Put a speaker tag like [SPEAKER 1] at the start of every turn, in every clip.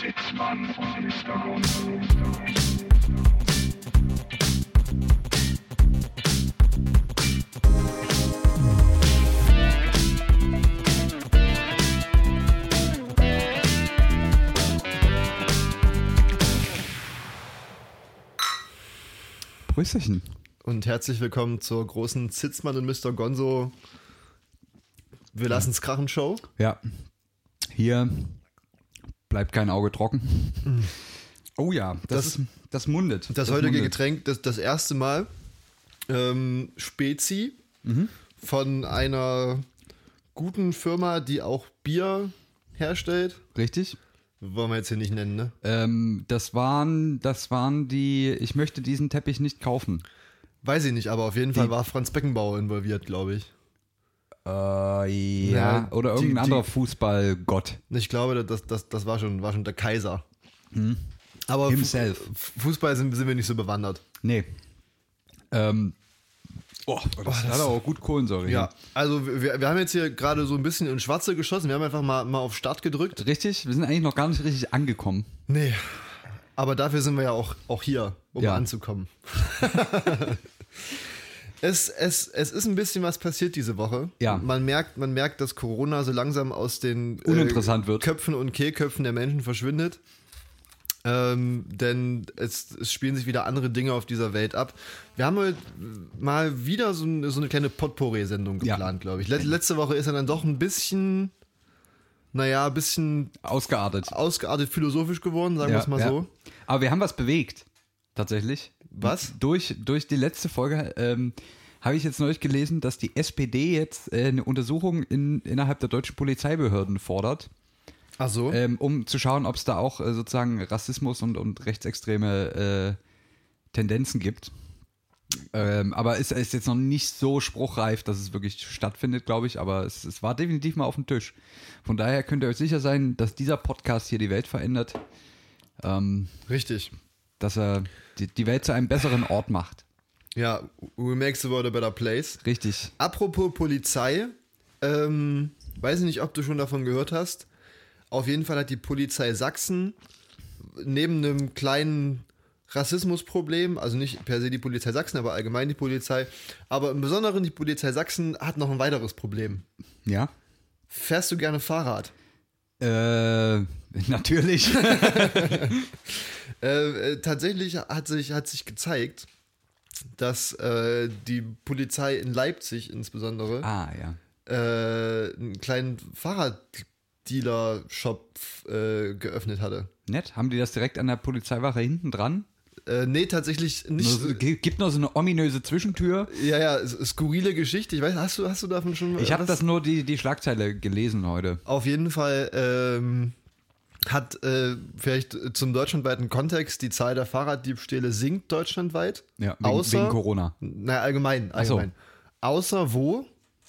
[SPEAKER 1] Sitzmann vom Hintergrund.
[SPEAKER 2] Prüsschen.
[SPEAKER 3] Und herzlich willkommen zur großen Zitzmann und Mr. Gonzo. Wir lassen's krachen Show.
[SPEAKER 2] Ja. Hier bleibt kein Auge trocken. Oh ja, das,
[SPEAKER 3] Mhm. Das-
[SPEAKER 2] ist, das mundet.
[SPEAKER 3] Das, heutige
[SPEAKER 2] mundet.
[SPEAKER 3] Getränk, das, das erste Mal ähm, Spezi von einer guten Firma, die auch Bier herstellt.
[SPEAKER 2] Richtig.
[SPEAKER 3] Wollen wir jetzt hier nicht nennen, ne?
[SPEAKER 2] Ähm, das waren, das waren die. Ich möchte diesen Teppich nicht kaufen.
[SPEAKER 3] Weiß ich nicht, aber auf jeden Fall war Franz Beckenbauer involviert, glaube ich.
[SPEAKER 2] Äh, ja.
[SPEAKER 3] Ja,
[SPEAKER 2] Oder
[SPEAKER 3] die-
[SPEAKER 2] irgendein
[SPEAKER 3] die-
[SPEAKER 2] anderer Fußballgott.
[SPEAKER 3] Und Ich glaube, das, das, das war, schon, war schon der Kaiser. Aber Fu-
[SPEAKER 2] Himself.
[SPEAKER 3] Fußball sind, sind wir nicht so bewandert.
[SPEAKER 2] Nee. Ähm. Oh, das,
[SPEAKER 3] das-
[SPEAKER 2] hat aber auch gut Kohlensäure.
[SPEAKER 3] Ja, also wir, wir haben jetzt hier gerade so ein bisschen ins Schwarze geschossen. Wir haben einfach mal, mal auf Start gedrückt.
[SPEAKER 2] hier. Richtig? Wir sind eigentlich noch gar nicht richtig angekommen.
[SPEAKER 3] Nee. Aber dafür sind wir ja auch, auch hier, um
[SPEAKER 2] Ja.
[SPEAKER 3] anzukommen. es, es, es ist ein bisschen was passiert diese Woche.
[SPEAKER 2] Ja.
[SPEAKER 3] Man merkt, man merkt, dass Corona so langsam aus den äh,
[SPEAKER 2] Uninteressant wird.
[SPEAKER 3] Köpfen und Kehlköpfen der Menschen verschwindet. Ähm, denn es, es spielen sich wieder andere Dinge auf dieser Welt ab. Wir haben heute mal wieder so, ein, so eine kleine Potpourri-Sendung
[SPEAKER 2] Ja.
[SPEAKER 3] geplant, glaube ich. Let, letzte Woche ist er dann doch ein bisschen, naja, ein bisschen
[SPEAKER 2] Ausgeartet.
[SPEAKER 3] ausgeartet philosophisch geworden, sagen wir es mal so.
[SPEAKER 2] Aber wir haben was bewegt. Tatsächlich.
[SPEAKER 3] Was?
[SPEAKER 2] Durch, durch die letzte Folge ähm, habe ich jetzt neulich gelesen, dass die SPD jetzt äh, eine Untersuchung in, innerhalb der deutschen Polizeibehörden fordert,
[SPEAKER 3] Ach so.
[SPEAKER 2] ähm, um zu schauen, ob es da auch äh, sozusagen Rassismus und, und rechtsextreme äh, Tendenzen gibt. Ähm, aber es ist jetzt noch nicht so spruchreif, dass es wirklich stattfindet, glaube ich. Aber es, es war definitiv mal auf dem Tisch. Von daher könnt ihr euch sicher sein, dass dieser Podcast hier die Welt verändert. Ähm,
[SPEAKER 3] Richtig.
[SPEAKER 2] dass er die, die Welt zu einem besseren Ort macht.
[SPEAKER 3] Ja, we make the world a better place.
[SPEAKER 2] Richtig.
[SPEAKER 3] Apropos Polizei, ähm, weiß nicht, ob du schon davon gehört hast. Auf jeden Fall hat die Polizei Sachsen neben einem kleinen Rassismusproblem, also nicht per se die Polizei Sachsen, aber allgemein die Polizei, aber im Besonderen die Polizei Sachsen hat noch ein weiteres Problem.
[SPEAKER 2] Ja.
[SPEAKER 3] Fährst du gerne Fahrrad?
[SPEAKER 2] Äh, natürlich.
[SPEAKER 3] Äh, äh, tatsächlich hat sich, hat sich gezeigt, dass äh, die Polizei in Leipzig insbesondere
[SPEAKER 2] ah, ja.
[SPEAKER 3] äh, einen kleinen Fahrraddealer-Shop äh, geöffnet hatte.
[SPEAKER 2] Nett. Haben die das direkt an der Polizeiwache hinten dran?
[SPEAKER 3] Äh, nee, tatsächlich
[SPEAKER 2] Nur
[SPEAKER 3] nicht.
[SPEAKER 2] so- gi- gibt noch so eine ominöse Zwischentür.
[SPEAKER 3] Ja, ja, s- skurrile Geschichte. Ich weiß, hast du, hast du davon schon
[SPEAKER 2] Ich habe
[SPEAKER 3] was?
[SPEAKER 2] das nur die, die Schlagzeile gelesen heute.
[SPEAKER 3] Auf jeden Fall ähm, hat äh, vielleicht zum deutschlandweiten Kontext die Zahl der Fahrraddiebstähle sinkt deutschlandweit.
[SPEAKER 2] Ja, wegen,
[SPEAKER 3] außer,
[SPEAKER 2] wegen Corona.
[SPEAKER 3] Na, allgemein,
[SPEAKER 2] so.
[SPEAKER 3] allgemein. Außer wo?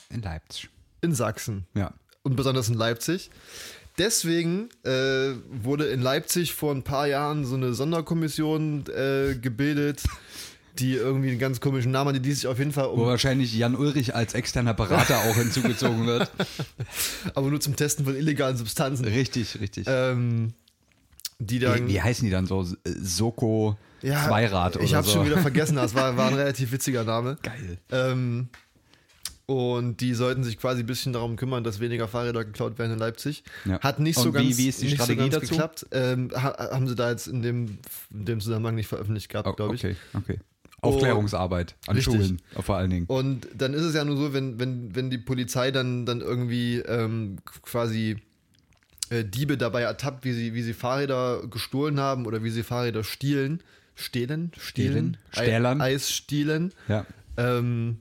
[SPEAKER 2] In Leipzig.
[SPEAKER 3] In Sachsen.
[SPEAKER 2] Ja.
[SPEAKER 3] und besonders in Leipzig. Deswegen äh, wurde in Leipzig vor ein paar Jahren so eine Sonderkommission äh, gebildet, die irgendwie einen ganz komischen Namen hatte, die sich auf jeden Fall
[SPEAKER 2] Wo
[SPEAKER 3] um,
[SPEAKER 2] wahrscheinlich Jan Ulrich als externer Berater auch hinzugezogen wird.
[SPEAKER 3] aber nur zum Testen von illegalen Substanzen,
[SPEAKER 2] Richtig, richtig.
[SPEAKER 3] ähm, die
[SPEAKER 2] Äh, wie,
[SPEAKER 3] dann
[SPEAKER 2] wie heißen die dann so? S- äh, Soko Zweirad oder
[SPEAKER 3] ich habe
[SPEAKER 2] so.
[SPEAKER 3] schon wieder vergessen, das war, war ein relativ witziger Name.
[SPEAKER 2] Geil.
[SPEAKER 3] Ähm, und die sollten sich quasi ein bisschen darum kümmern, dass weniger Fahrräder geklaut werden in Leipzig.
[SPEAKER 2] Ja.
[SPEAKER 3] Hat nicht so
[SPEAKER 2] Und wie-
[SPEAKER 3] ganz,
[SPEAKER 2] wie ist die
[SPEAKER 3] nicht
[SPEAKER 2] Strategie
[SPEAKER 3] so ganz
[SPEAKER 2] dazu?
[SPEAKER 3] geklappt. Ähm, ha, haben sie da jetzt in dem, in dem Zusammenhang nicht veröffentlicht gehabt,
[SPEAKER 2] Oh,
[SPEAKER 3] glaube ich. Oh.
[SPEAKER 2] okay, okay. Aufklärungsarbeit an
[SPEAKER 3] Richtig. Oh.
[SPEAKER 2] Schulen vor allen Dingen.
[SPEAKER 3] Und dann ist es ja nur so, wenn, wenn, wenn die Polizei dann, dann irgendwie ähm, quasi äh, Diebe dabei ertappt, wie sie, wie sie Fahrräder gestohlen haben oder wie sie Fahrräder stehlen. Stehlen? Stehlen?
[SPEAKER 2] Stehlen? Stählern?
[SPEAKER 3] Ei- Eis stehlen.
[SPEAKER 2] Ja.
[SPEAKER 3] Ähm,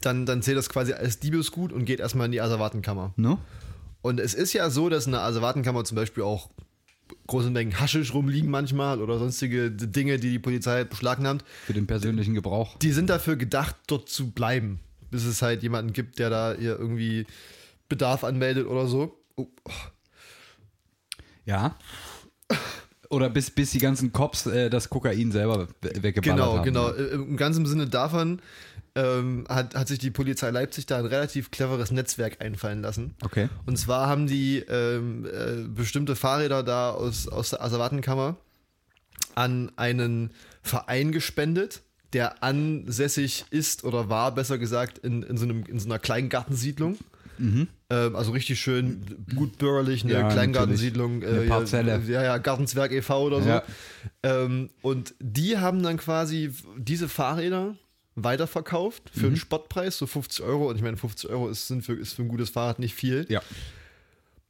[SPEAKER 3] dann, dann zählt das quasi als Diebesgut und geht erstmal in die Asservatenkammer.
[SPEAKER 2] Ne?
[SPEAKER 3] Und es ist ja so, dass in der Asservatenkammer zum Beispiel auch große Mengen Haschisch rumliegen manchmal oder sonstige Dinge, die die Polizei beschlagnahmt.
[SPEAKER 2] Für den persönlichen Gebrauch.
[SPEAKER 3] Die sind dafür gedacht, dort zu bleiben, bis es halt jemanden gibt, der da ihr irgendwie Bedarf anmeldet oder so. Oh,
[SPEAKER 2] Ja. Oder bis, bis die ganzen Cops äh, das Kokain selber we- weggeballert
[SPEAKER 3] genau,
[SPEAKER 2] haben.
[SPEAKER 3] genau. Äh, Im ganzen Sinne davon ähm, hat, hat sich die Polizei Leipzig da ein relativ cleveres Netzwerk einfallen lassen.
[SPEAKER 2] Okay.
[SPEAKER 3] Und zwar haben die ähm, äh, bestimmte Fahrräder da aus, aus der Asservatenkammer an einen Verein gespendet, der ansässig ist oder war, besser gesagt, in, in, so, einem, in so einer Kleingartensiedlung. Ähm, also richtig schön, gut bürgerlich, eine
[SPEAKER 2] Mhm. Ja,
[SPEAKER 3] Kleingartensiedlung.
[SPEAKER 2] natürlich. Eine
[SPEAKER 3] hier-
[SPEAKER 2] Parzelle.
[SPEAKER 3] Ja, ja, Gartenswerk e.V. oder so.
[SPEAKER 2] Ja.
[SPEAKER 3] Ähm, und die haben dann quasi diese Fahrräder weiterverkauft für
[SPEAKER 2] Mhm.
[SPEAKER 3] einen Spottpreis, so 50 Euro. Und ich meine, 50 Euro ist, sind für, ist für ein gutes Fahrrad nicht viel.
[SPEAKER 2] Ja.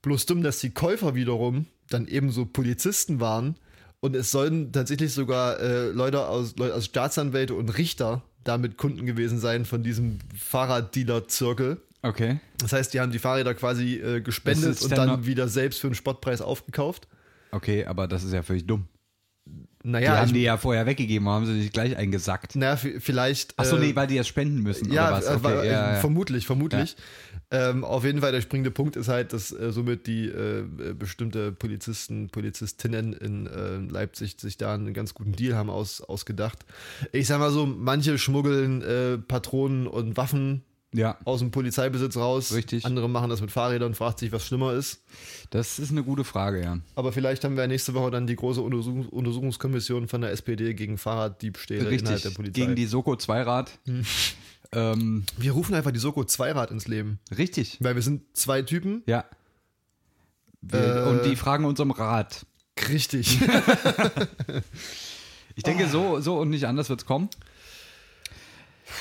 [SPEAKER 3] Bloß dumm, dass die Käufer wiederum dann ebenso Polizisten waren. Und es sollen tatsächlich sogar äh, Leute aus Leute, also Staatsanwälte und Richter damit Kunden gewesen sein von diesem Fahrraddealer-Zirkel.
[SPEAKER 2] Okay.
[SPEAKER 3] Das heißt, die haben die Fahrräder quasi äh, gespendet
[SPEAKER 2] Das ist
[SPEAKER 3] und
[SPEAKER 2] dann
[SPEAKER 3] dann
[SPEAKER 2] noch-
[SPEAKER 3] wieder selbst für einen Spottpreis aufgekauft.
[SPEAKER 2] Okay, aber das ist ja völlig dumm. Die
[SPEAKER 3] Naja,
[SPEAKER 2] haben
[SPEAKER 3] ich,
[SPEAKER 2] die ja vorher weggegeben, haben sie nicht gleich eingesackt.
[SPEAKER 3] naja v- vielleicht.
[SPEAKER 2] Achso,
[SPEAKER 3] äh,
[SPEAKER 2] nee, weil die das spenden müssen.
[SPEAKER 3] ja,
[SPEAKER 2] oder was?
[SPEAKER 3] äh,
[SPEAKER 2] Okay,
[SPEAKER 3] war-
[SPEAKER 2] ja,
[SPEAKER 3] äh,
[SPEAKER 2] ja.
[SPEAKER 3] vermutlich, vermutlich. Ähm, auf jeden Fall der springende Punkt ist halt, dass äh, somit die äh, äh, bestimmte Polizisten, Polizistinnen in äh, Leipzig sich da einen ganz guten Deal haben aus, ausgedacht. Ich sag mal so, manche schmuggeln äh, Patronen und Waffen
[SPEAKER 2] ja,
[SPEAKER 3] aus dem Polizeibesitz raus.
[SPEAKER 2] Richtig.
[SPEAKER 3] Andere machen das mit Fahrrädern, fragt sich, was schlimmer ist.
[SPEAKER 2] das ist eine gute Frage, ja.
[SPEAKER 3] Aber vielleicht haben wir ja nächste Woche dann die große Untersuchungs Untersuchungskommission von der SPD gegen Fahrraddiebstähle innerhalb der
[SPEAKER 2] Richtig.
[SPEAKER 3] Polizei. Hm.
[SPEAKER 2] Gegen die Soko Zweirad. Ähm,
[SPEAKER 3] wir rufen einfach die Soko Zweirad ins Leben,
[SPEAKER 2] richtig.
[SPEAKER 3] weil wir sind zwei Typen.
[SPEAKER 2] Ja. Wir,
[SPEAKER 3] Äh,
[SPEAKER 2] und die fragen uns um Rat.
[SPEAKER 3] Richtig.
[SPEAKER 2] Ich
[SPEAKER 3] Ah.
[SPEAKER 2] denke, so, so und nicht anders wird es kommen.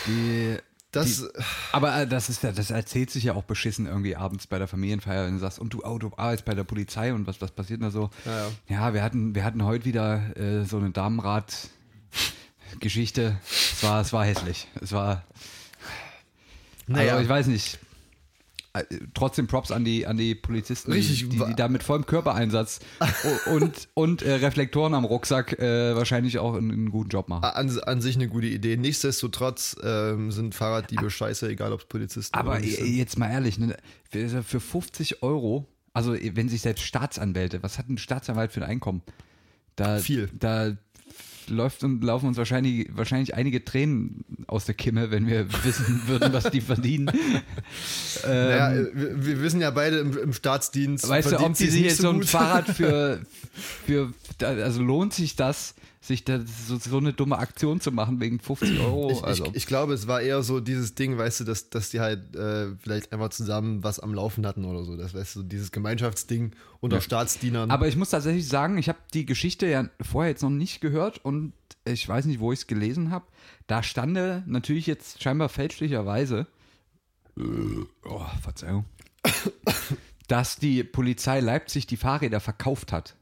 [SPEAKER 2] Die,
[SPEAKER 3] Das,
[SPEAKER 2] aber äh, das ist ja, das erzählt sich ja auch beschissen irgendwie abends bei der Familienfeier, wenn du sagst, und du, oh, du arbeitest bei der Polizei und was, was passiert denn da so?
[SPEAKER 3] Ja,
[SPEAKER 2] Ja, wir hatten, wir hatten heute wieder äh, so eine Damenrad. Geschichte, es war, es war hässlich. Es war,
[SPEAKER 3] naja,
[SPEAKER 2] aber ich weiß nicht. Äh, Trotzdem Props an die, an die Polizisten, die-
[SPEAKER 3] Richtig,
[SPEAKER 2] die,
[SPEAKER 3] wa-
[SPEAKER 2] die da mit vollem Körpereinsatz o- und, und äh, Reflektoren am Rucksack äh, wahrscheinlich auch einen, einen guten Job machen.
[SPEAKER 3] an, an sich eine gute Idee. Nichtsdestotrotz ähm, sind Fahrraddiebe scheiße, egal ob es Polizisten
[SPEAKER 2] Aber
[SPEAKER 3] oder nicht
[SPEAKER 2] äh,
[SPEAKER 3] sind.
[SPEAKER 2] jetzt mal ehrlich, ne, für für 50 Euro, also äh, wenn sich selbst Staatsanwälte, was hat ein Staatsanwalt für ein Einkommen? Da,
[SPEAKER 3] Viel.
[SPEAKER 2] Da läuft und laufen uns wahrscheinlich, wahrscheinlich einige Tränen aus der Kimme, wenn wir wissen würden, was die verdienen.
[SPEAKER 3] naja, äh, wir, wir wissen ja beide im, im Staatsdienst.
[SPEAKER 2] Weißt du, ob
[SPEAKER 3] verdient
[SPEAKER 2] die
[SPEAKER 3] sie's
[SPEAKER 2] sich
[SPEAKER 3] nicht
[SPEAKER 2] jetzt so ein
[SPEAKER 3] gut.
[SPEAKER 2] Fahrrad für, für, da- also lohnt sich das, sich da so, so eine dumme Aktion zu machen wegen 50 Euro?
[SPEAKER 3] Ich,
[SPEAKER 2] also,
[SPEAKER 3] ich, ich glaube, es war eher so dieses Ding, weißt du, dass, dass die halt äh, vielleicht einfach zusammen was am Laufen hatten oder so. Das weißt du, dieses Gemeinschaftsding unter Staatsdienern.
[SPEAKER 2] aber ich muss tatsächlich sagen, ich habe die Geschichte ja vorher jetzt noch nicht gehört und ich weiß nicht, wo ich es gelesen habe. Da stande natürlich jetzt scheinbar fälschlicherweise, äh, oh, Verzeihung, dass die Polizei Leipzig die Fahrräder verkauft hat.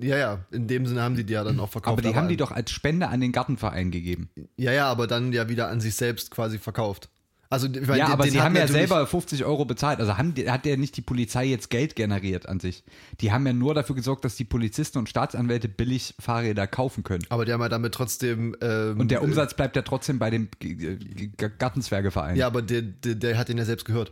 [SPEAKER 3] ja, ja, in dem Sinne haben die die ja dann auch verkauft.
[SPEAKER 2] Aber die haben die doch als Spende an den Gartenverein gegeben.
[SPEAKER 3] Ja, ja, aber dann ja wieder an sich selbst quasi verkauft. Also, ich meine,
[SPEAKER 2] Ja,
[SPEAKER 3] den-
[SPEAKER 2] aber
[SPEAKER 3] den
[SPEAKER 2] sie
[SPEAKER 3] hat
[SPEAKER 2] haben ja
[SPEAKER 3] natürlich-
[SPEAKER 2] selber 50 Euro bezahlt. Also haben die, hat ja nicht die Polizei jetzt Geld generiert an sich. Die haben ja nur dafür gesorgt, dass die Polizisten und Staatsanwälte billig Fahrräder kaufen können.
[SPEAKER 3] Aber die haben ja damit trotzdem. Ähm,
[SPEAKER 2] Und der Umsatz bleibt ja trotzdem bei dem G- G- G- Gartenzwergeverein.
[SPEAKER 3] Ja, aber der, der, der hat den ja selbst gehört.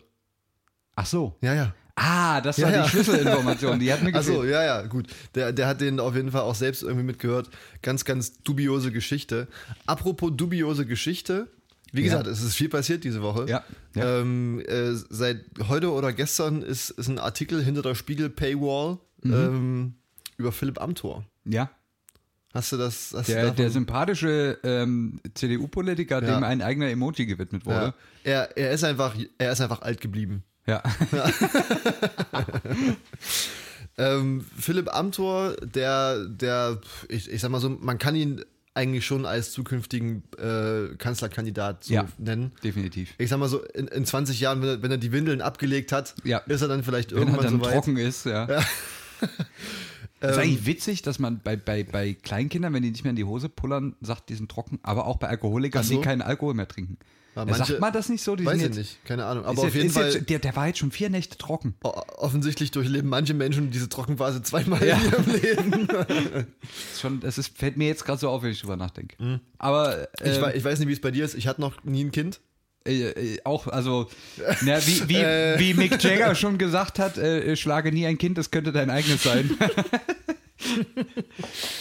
[SPEAKER 2] Ach so.
[SPEAKER 3] Ja, ja.
[SPEAKER 2] Ah, das war
[SPEAKER 3] Ja, ja.
[SPEAKER 2] die Schlüsselinformation. Die hat mir gefehlt.
[SPEAKER 3] Also ja, ja, gut. Der, der hat den auf jeden Fall auch selbst irgendwie mitgehört. Ganz, ganz dubiose Geschichte. Apropos dubiose Geschichte. Wie
[SPEAKER 2] Ja.
[SPEAKER 3] gesagt, es ist viel passiert diese Woche.
[SPEAKER 2] Ja, ja.
[SPEAKER 3] Ähm, äh, seit heute oder gestern ist, ist ein Artikel hinter der Spiegel Paywall
[SPEAKER 2] Mhm.
[SPEAKER 3] ähm, über Philipp Amthor.
[SPEAKER 2] ja.
[SPEAKER 3] Hast du das? Hast du
[SPEAKER 2] Der,
[SPEAKER 3] davon-
[SPEAKER 2] der sympathische ähm, CDU-Politiker,
[SPEAKER 3] Ja.
[SPEAKER 2] dem ein eigener Emoji gewidmet
[SPEAKER 3] ja.
[SPEAKER 2] wurde.
[SPEAKER 3] er, er ist einfach, er ist einfach alt geblieben.
[SPEAKER 2] Ja.
[SPEAKER 3] Ähm, Philipp Amthor, der, der, ich, ich sag mal so, man kann ihn eigentlich schon als zukünftigen äh, Kanzlerkandidat so
[SPEAKER 2] Ja.
[SPEAKER 3] nennen.
[SPEAKER 2] definitiv.
[SPEAKER 3] Ich sag mal so, in, in 20 Jahren, wenn er, wenn er die Windeln abgelegt hat,
[SPEAKER 2] Ja.
[SPEAKER 3] ist er dann vielleicht
[SPEAKER 2] Wenn er
[SPEAKER 3] irgendwann
[SPEAKER 2] dann
[SPEAKER 3] so weit. Ähm.
[SPEAKER 2] trocken ist, ja. ist eigentlich witzig, dass man bei, bei, bei Kleinkindern, wenn die nicht mehr in die Hose pullern, sagt, die sind trocken, aber auch bei Alkoholikern,
[SPEAKER 3] Ach so.
[SPEAKER 2] die keinen Alkohol mehr trinken.
[SPEAKER 3] Ja,
[SPEAKER 2] Ja, sagt
[SPEAKER 3] manche-
[SPEAKER 2] man das nicht so? Die
[SPEAKER 3] Weiß
[SPEAKER 2] sind jetzt-
[SPEAKER 3] ich nicht, keine Ahnung.
[SPEAKER 2] ist
[SPEAKER 3] Aber auf
[SPEAKER 2] jetzt-
[SPEAKER 3] jeden
[SPEAKER 2] ist
[SPEAKER 3] Fall,
[SPEAKER 2] Jetzt, der, der war jetzt schon vier Nächte trocken.
[SPEAKER 3] o- offensichtlich durchleben manche Menschen diese Trockenphase zweimal in ihrem Leben.
[SPEAKER 2] Ist schon, das ist, fällt mir jetzt gerade so auf, wenn ich drüber nachdenke. Aber
[SPEAKER 3] Mhm. Ich,
[SPEAKER 2] ähm,
[SPEAKER 3] weiß, ich weiß nicht, wie es bei dir ist. Ich hatte noch nie ein Kind.
[SPEAKER 2] äh, äh, auch, also, na, wie, wie,
[SPEAKER 3] Äh.
[SPEAKER 2] wie Mick Jagger schon gesagt hat, äh, äh, schlage nie ein Kind, das könnte dein eigenes sein.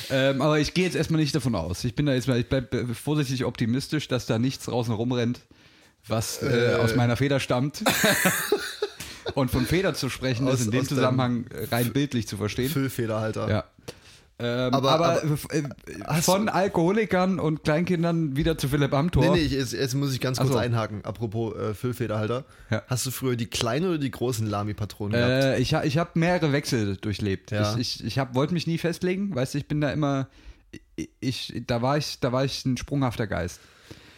[SPEAKER 2] ähm, aber ich gehe jetzt erstmal nicht davon aus. Ich bin da jetzt mal, ich bleib äh, vorsichtig optimistisch, dass da nichts draußen rumrennt, was äh, aus meiner Feder stammt. Und von Feder zu sprechen
[SPEAKER 3] Aus-
[SPEAKER 2] ist in dem
[SPEAKER 3] aus deinem
[SPEAKER 2] Zusammenhang rein bildlich zu verstehen.
[SPEAKER 3] Füllfederhalter.
[SPEAKER 2] Ja. Ähm, aber
[SPEAKER 3] Aber- aber-
[SPEAKER 2] äh,
[SPEAKER 3] Hast
[SPEAKER 2] von Alkoholikern und Kleinkindern wieder zu Philipp
[SPEAKER 3] Nee,
[SPEAKER 2] Amthor.
[SPEAKER 3] nee, ich, jetzt, jetzt muss ich ganz kurz
[SPEAKER 2] Ach so.
[SPEAKER 3] einhaken. Apropos äh, Füllfederhalter.
[SPEAKER 2] Ja.
[SPEAKER 3] Hast du früher die kleinen oder die großen Lami-Patronen gehabt?
[SPEAKER 2] äh, ich ha- ich habe mehrere Wechsel durchlebt.
[SPEAKER 3] Ja.
[SPEAKER 2] Ich, ich, ich hab- wollte mich nie festlegen, weißt du, ich bin da immer, ich- ich, da, war ich, da war ich ein sprunghafter Geist.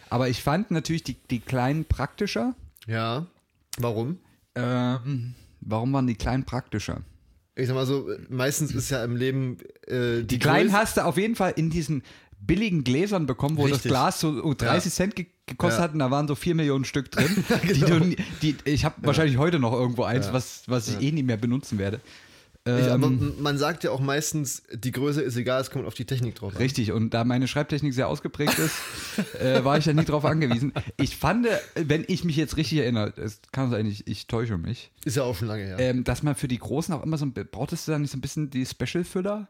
[SPEAKER 2] Aber ich fand natürlich die, die Kleinen praktischer.
[SPEAKER 3] Ja. Warum?
[SPEAKER 2] Ähm, warum waren die Kleinen praktischer?
[SPEAKER 3] Ich sag mal so, meistens ist ja im Leben äh,
[SPEAKER 2] Die kleinen
[SPEAKER 3] Größe-
[SPEAKER 2] hast du auf jeden Fall in diesen billigen Gläsern bekommen, wo das
[SPEAKER 3] Richtig.
[SPEAKER 2] Glas so 30
[SPEAKER 3] Ja.
[SPEAKER 2] Cent ge gekostet
[SPEAKER 3] Ja. Genau.
[SPEAKER 2] hat und da waren so 4 Millionen Stück drin. die du, nie- die, ich habe wahrscheinlich heute noch irgendwo eins, was, was ich eh nie mehr benutzen werde.
[SPEAKER 3] Ich, aber
[SPEAKER 2] Ähm,
[SPEAKER 3] m- man sagt ja auch meistens, die Größe ist egal, es kommt auf die Technik drauf an.
[SPEAKER 2] richtig, und da meine Schreibtechnik sehr ausgeprägt ist, äh, war ich ja nie drauf angewiesen. Ich fand, äh, wenn ich mich jetzt richtig erinnere, es kann sein, ich, ich täusche mich,
[SPEAKER 3] Ist ja auch schon lange her.
[SPEAKER 2] ähm, dass man für die Großen auch immer so ein, brauchtest du da nicht so ein bisschen die Special-Füller?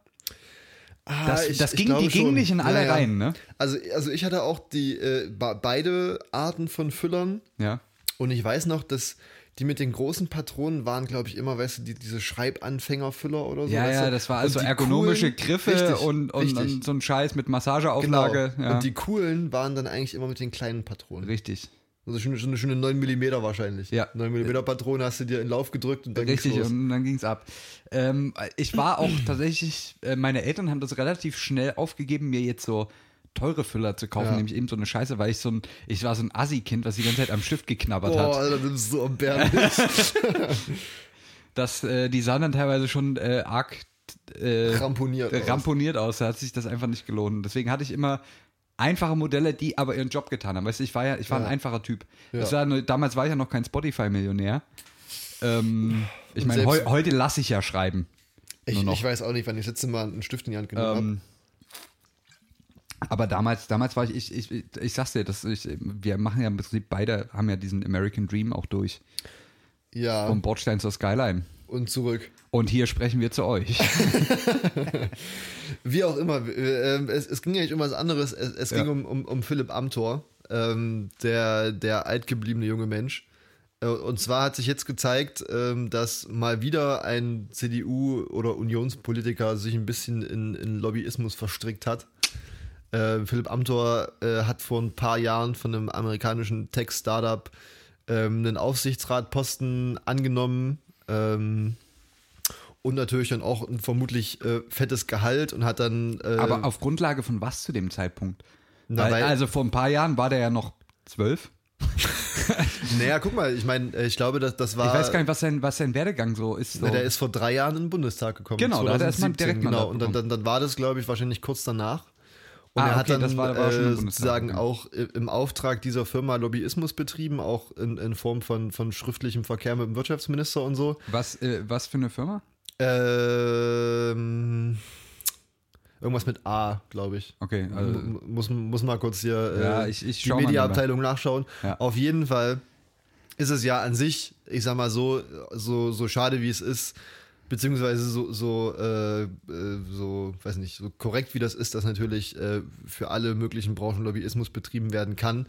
[SPEAKER 3] Ah,
[SPEAKER 2] Das,
[SPEAKER 3] ich-
[SPEAKER 2] das
[SPEAKER 3] ich
[SPEAKER 2] ging,
[SPEAKER 3] glaube
[SPEAKER 2] die gingen
[SPEAKER 3] schon.
[SPEAKER 2] nicht in alle
[SPEAKER 3] Ja, ja.
[SPEAKER 2] rein, ne?
[SPEAKER 3] Also, also ich hatte auch die äh, ba- beide Arten von Füllern
[SPEAKER 2] Ja.
[SPEAKER 3] und ich weiß noch, dass die mit den großen Patronen waren, glaube ich, immer, weißt du, die, diese Schreibanfängerfüller oder so.
[SPEAKER 2] Ja,
[SPEAKER 3] weißt
[SPEAKER 2] ja,
[SPEAKER 3] du?
[SPEAKER 2] das war
[SPEAKER 3] Und
[SPEAKER 2] also
[SPEAKER 3] die
[SPEAKER 2] ergonomische
[SPEAKER 3] coolen-
[SPEAKER 2] Griffe
[SPEAKER 3] richtig,
[SPEAKER 2] und, und,
[SPEAKER 3] richtig,
[SPEAKER 2] und so ein Scheiß mit
[SPEAKER 3] genau.
[SPEAKER 2] Massageauflage. Ja.
[SPEAKER 3] Und die coolen waren dann eigentlich immer mit den kleinen Patronen.
[SPEAKER 2] richtig.
[SPEAKER 3] Also schon, schon eine schöne 9 mm wahrscheinlich.
[SPEAKER 2] Ja.
[SPEAKER 3] 9 mm Patrone hast du dir in den Lauf gedrückt und dann ging's
[SPEAKER 2] Richtig,
[SPEAKER 3] los.
[SPEAKER 2] und dann ging's ab. Ähm, ich war auch tatsächlich, äh, meine Eltern haben das relativ schnell aufgegeben, mir jetzt so teure Füller zu kaufen,
[SPEAKER 3] Ja.
[SPEAKER 2] nämlich eben so eine Scheiße, weil ich so ein, ich war so ein Assi-Kind, was die ganze Zeit am Stift geknabbert
[SPEAKER 3] Boah,
[SPEAKER 2] hat.
[SPEAKER 3] Alter, du bist so erbärmlich.
[SPEAKER 2] Das, äh, die sahen dann teilweise schon äh, arg äh,
[SPEAKER 3] Ramponiert. aus.
[SPEAKER 2] ramponiert aus, da hat sich das einfach nicht gelohnt. Deswegen hatte ich immer einfache Modelle, die aber ihren Job getan haben. Weißt du, ich war ja, ich war ein
[SPEAKER 3] Ja.
[SPEAKER 2] einfacher Typ.
[SPEAKER 3] Ja.
[SPEAKER 2] Das war nur, damals war ich ja noch kein Spotify-Millionär. Ähm, ich
[SPEAKER 3] Und
[SPEAKER 2] meine, heu,
[SPEAKER 3] selbst-
[SPEAKER 2] heute lasse ich ja schreiben.
[SPEAKER 3] Ich,
[SPEAKER 2] Nur noch.
[SPEAKER 3] ich weiß auch nicht, wann ich das letzte Mal einen Stift in die Hand
[SPEAKER 2] Ähm,
[SPEAKER 3] genommen
[SPEAKER 2] aber damals, damals war ich, ich, ich, ich, ich sag's dir, dass ich, wir machen ja im Prinzip beide, haben ja diesen American Dream auch durch.
[SPEAKER 3] habe. Ja,
[SPEAKER 2] Vom Bordstein zur Skyline.
[SPEAKER 3] und zurück.
[SPEAKER 2] Und hier sprechen wir zu euch.
[SPEAKER 3] Äh. Wie auch immer, äh, äh, es, es ging ja nicht um was anderes. Es, es
[SPEAKER 2] Ja.
[SPEAKER 3] ging um, um, um Philipp Amthor, ähm, der, der altgebliebene junge Mensch. Äh, Und zwar hat sich jetzt gezeigt, ähm, dass mal wieder ein CDU- oder Unionspolitiker sich ein bisschen in, in Lobbyismus verstrickt hat. Äh, Philipp Amthor äh, hat vor ein paar Jahren von einem amerikanischen Tech-Startup ähm, einen Aufsichtsratposten angenommen. Ähm, und natürlich dann auch ein vermutlich äh, fettes Gehalt und hat dann. Äh,
[SPEAKER 2] Aber auf Grundlage von was zu dem Zeitpunkt?
[SPEAKER 3] Na,
[SPEAKER 2] weil,
[SPEAKER 3] weil-
[SPEAKER 2] also vor ein paar Jahren war der ja noch zwölf.
[SPEAKER 3] naja, guck mal, ich meine, äh, ich glaube, das, das war.
[SPEAKER 2] Ich weiß gar nicht, was sein, was sein Werdegang so ist. So.
[SPEAKER 3] Der ist vor drei Jahren in den Bundestag gekommen.
[SPEAKER 2] Genau, da hat er erstmal direkt
[SPEAKER 3] Genau,
[SPEAKER 2] Mandat
[SPEAKER 3] und dann, dann, dann war das, glaube ich, wahrscheinlich kurz danach. Und
[SPEAKER 2] Ah,
[SPEAKER 3] er hat
[SPEAKER 2] okay,
[SPEAKER 3] dann
[SPEAKER 2] das war- war schon im
[SPEAKER 3] äh,
[SPEAKER 2] Bundestag,
[SPEAKER 3] sozusagen
[SPEAKER 2] ja.
[SPEAKER 3] auch i- im Auftrag dieser Firma Lobbyismus betrieben, auch in, in Form von, von schriftlichem Verkehr mit dem Wirtschaftsminister und so.
[SPEAKER 2] was, äh, was für eine Firma?
[SPEAKER 3] Ähm, irgendwas mit A, glaube ich.
[SPEAKER 2] Okay, also-
[SPEAKER 3] M- muss, muss mal kurz hier äh,
[SPEAKER 2] Ja, ich- ich
[SPEAKER 3] die
[SPEAKER 2] schau mal
[SPEAKER 3] Mediaabteilung nachschauen.
[SPEAKER 2] Ja.
[SPEAKER 3] Auf jeden Fall ist es ja an sich, ich sag mal so, so, so schade wie es ist, beziehungsweise so, so, äh, äh, so, weiß nicht, so korrekt wie das ist, dass natürlich äh, für alle möglichen Branchen Lobbyismus betrieben werden kann,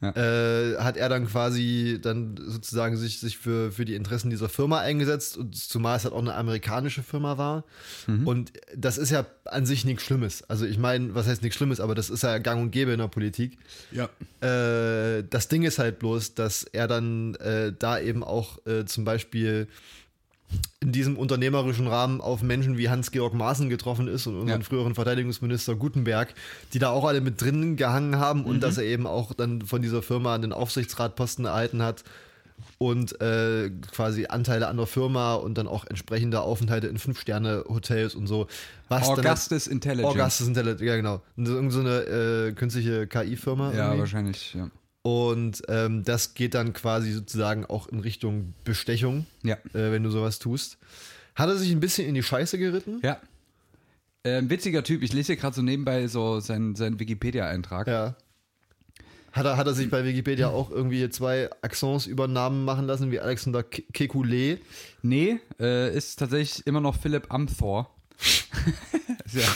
[SPEAKER 2] Ja.
[SPEAKER 3] äh, hat er dann quasi dann sozusagen sich, sich für, für die Interessen dieser Firma eingesetzt, und zumal es halt auch eine amerikanische Firma war. Und das ist ja an sich nichts Schlimmes. Also ich meine, was heißt nichts Schlimmes, aber das ist ja gang und gäbe in der Politik.
[SPEAKER 2] Ja.
[SPEAKER 3] Äh, das Ding ist halt bloß, dass er dann äh, da eben auch äh, zum Beispiel in diesem unternehmerischen Rahmen auf Menschen wie Hans-Georg Maaßen getroffen ist und unseren
[SPEAKER 2] Ja.
[SPEAKER 3] früheren Verteidigungsminister Gutenberg, die da auch alle mit drinnen gehangen haben
[SPEAKER 2] Mhm.
[SPEAKER 3] und dass er eben auch dann von dieser Firma einen Aufsichtsratposten erhalten hat und äh, quasi Anteile an der Firma und dann auch entsprechende Aufenthalte in Fünf-Sterne-Hotels und so. Was dann-
[SPEAKER 2] Augustus Intelligence.
[SPEAKER 3] Augustus Intelligence, ja genau. Und so- Irgend so eine äh, künstliche KI-Firma.
[SPEAKER 2] Ja, wahrscheinlich. Ja.
[SPEAKER 3] Und ähm, das geht dann quasi sozusagen auch in Richtung Bestechung,
[SPEAKER 2] ja.
[SPEAKER 3] äh, wenn du sowas tust. Hat er sich ein bisschen in die Scheiße geritten?
[SPEAKER 2] ja. Ähm, witziger Typ. Ich lese hier gerade so nebenbei so seinen, seinen Wikipedia-Eintrag.
[SPEAKER 3] Ja. Hat er, hat er sich bei Wikipedia auch irgendwie zwei Accents über Namen machen lassen, wie Alexander Ke- Kekulé?
[SPEAKER 2] Nee, äh, ist tatsächlich immer noch Philipp Amthor. Ist ja,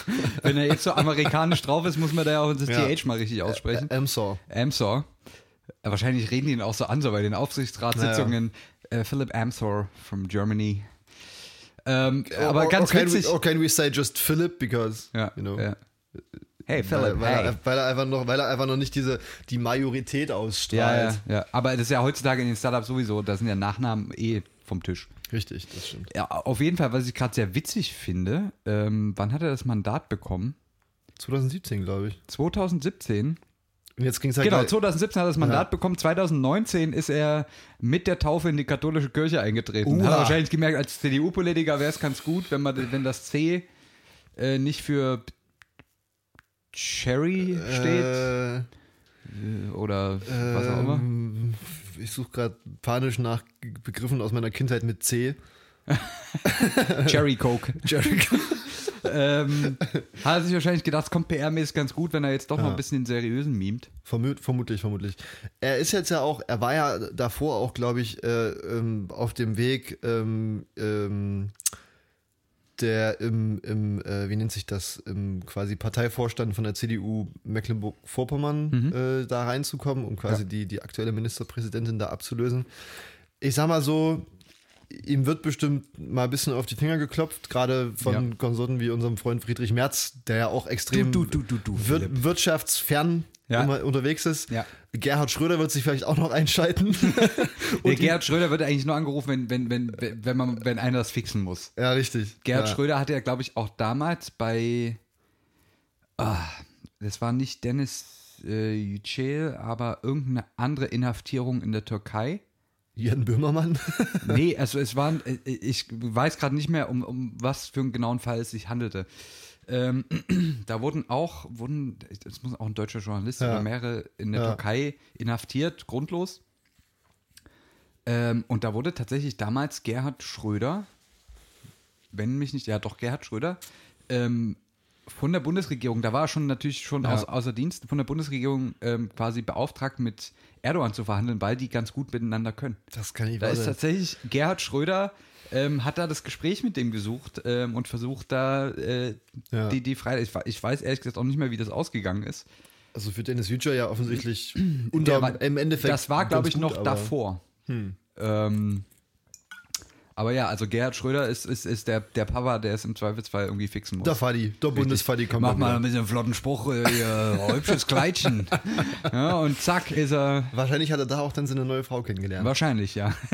[SPEAKER 2] wenn er jetzt so amerikanisch drauf ist, muss man da ja auch das
[SPEAKER 3] Ja.
[SPEAKER 2] TH mal richtig aussprechen.
[SPEAKER 3] Amsor.
[SPEAKER 2] Amsor. Ja, wahrscheinlich reden die ihn auch so an, so bei den Aufsichtsratssitzungen. Äh, Philip Amthor from Germany. Ähm, aber
[SPEAKER 3] or,
[SPEAKER 2] ganz
[SPEAKER 3] or can
[SPEAKER 2] witzig.
[SPEAKER 3] We, or can we say just Philip, because,
[SPEAKER 2] ja,
[SPEAKER 3] you know.
[SPEAKER 2] ja. Hey,
[SPEAKER 3] Weil,
[SPEAKER 2] Philip,
[SPEAKER 3] weil,
[SPEAKER 2] hey.
[SPEAKER 3] er, weil, er einfach noch, weil er einfach noch nicht diese, die Majorität
[SPEAKER 2] Ja,
[SPEAKER 3] ausstrahlt.
[SPEAKER 2] ja, ja. Aber das ist ja heutzutage in den Startups sowieso, da sind ja Nachnamen eh vom Tisch.
[SPEAKER 3] Richtig, das stimmt.
[SPEAKER 2] Ja, auf jeden Fall, was ich gerade sehr witzig finde, ähm, wann hat er das Mandat bekommen?
[SPEAKER 3] 2017, glaube ich.
[SPEAKER 2] 2017.
[SPEAKER 3] Und jetzt ging es halt
[SPEAKER 2] Genau,
[SPEAKER 3] gleich-
[SPEAKER 2] 2017 hat er das Mandat bekommen. 2019 ist er mit der Taufe in die katholische Kirche eingetreten.
[SPEAKER 3] Uha.
[SPEAKER 2] Hat er wahrscheinlich gemerkt, als CDU-Politiker wäre es ganz gut, wenn, man, wenn das C äh, nicht für Cherry steht
[SPEAKER 3] Äh,
[SPEAKER 2] Äh, oder was auch immer.
[SPEAKER 3] ähm, Ich suche gerade panisch nach Begriffen aus meiner Kindheit mit C.
[SPEAKER 2] Cherry Coke.
[SPEAKER 3] Jericho.
[SPEAKER 2] ähm, hat er sich wahrscheinlich gedacht, es kommt PR-mäßig ganz gut, wenn er jetzt doch mal ein bisschen den Seriösen mimt.
[SPEAKER 3] Vermut, vermutlich, vermutlich. Er ist jetzt ja auch, er war ja davor auch, glaube ich, äh, ähm, auf dem Weg, ähm, ähm, der im, im äh, wie nennt sich das, im quasi Parteivorstand von der CDU Mecklenburg-Vorpommern
[SPEAKER 2] Mhm.
[SPEAKER 3] äh, da reinzukommen, um quasi die, die aktuelle Ministerpräsidentin da abzulösen. Ich sag mal so, ihm wird bestimmt mal ein bisschen auf die Finger geklopft, gerade von
[SPEAKER 2] Ja.
[SPEAKER 3] Konsorten wie unserem Freund Friedrich Merz, der ja auch extrem
[SPEAKER 2] Du, du, du, du, du,
[SPEAKER 3] wir
[SPEAKER 2] Philipp.
[SPEAKER 3] wirtschaftsfern
[SPEAKER 2] Ja.
[SPEAKER 3] immer unterwegs ist.
[SPEAKER 2] Ja.
[SPEAKER 3] Gerhard Schröder wird sich vielleicht auch noch einschalten.
[SPEAKER 2] Der Gerhard Schröder wird eigentlich nur angerufen, wenn, wenn, wenn, wenn, man, wenn einer das fixen muss.
[SPEAKER 3] ja, richtig.
[SPEAKER 2] Gerhard
[SPEAKER 3] ja.
[SPEAKER 2] Schröder hatte ja, glaube ich, auch damals bei. Ah, das war nicht Dennis äh, Yücel, aber irgendeine andere Inhaftierung in der Türkei.
[SPEAKER 3] Jan Böhmermann.
[SPEAKER 2] Nee, also es waren. äh, Ich weiß gerade nicht mehr, um, um was für einen genauen Fall es sich handelte. Ähm, da wurden auch, wurden, es muss auch ein deutscher Journalist
[SPEAKER 3] Ja.
[SPEAKER 2] oder mehrere in der
[SPEAKER 3] Ja.
[SPEAKER 2] Türkei inhaftiert, grundlos. Ähm, und da wurde tatsächlich damals Gerhard Schröder, wenn mich nicht, ja doch Gerhard Schröder, ähm, von der Bundesregierung, da war er schon natürlich schon aus, außer Dienst, von der Bundesregierung ähm, quasi beauftragt, mit Erdogan zu verhandeln, weil die ganz gut miteinander können.
[SPEAKER 3] Das kann ich
[SPEAKER 2] Da ist
[SPEAKER 3] sein.
[SPEAKER 2] tatsächlich Gerhard Schröder ähm, hat da das Gespräch mit dem gesucht ähm, und versucht da äh,
[SPEAKER 3] Ja.
[SPEAKER 2] die, die Freiheit. Ich, we- ich weiß ehrlich gesagt auch nicht mehr, wie das ausgegangen ist.
[SPEAKER 3] Also für Dennis Yücel ja offensichtlich unter,
[SPEAKER 2] Der war-
[SPEAKER 3] im Endeffekt.
[SPEAKER 2] das war, glaube
[SPEAKER 3] ganz
[SPEAKER 2] ich,
[SPEAKER 3] gut,
[SPEAKER 2] noch
[SPEAKER 3] aber- Hm.
[SPEAKER 2] davor. Ähm, aber ja, also Gerhard Schröder ist, ist, ist der, der Papa, der es im Zweifelsfall irgendwie fixen muss.
[SPEAKER 3] Der Fadi, der Bundesfadi kommt
[SPEAKER 2] Mach
[SPEAKER 3] dann
[SPEAKER 2] mal
[SPEAKER 3] wieder.
[SPEAKER 2] ein bisschen flotten Spruch, äh, ihr hübsches Kleidchen. Ja, und zack ist er.
[SPEAKER 3] Wahrscheinlich hat er da auch dann seine neue Frau kennengelernt.
[SPEAKER 2] Wahrscheinlich, ja.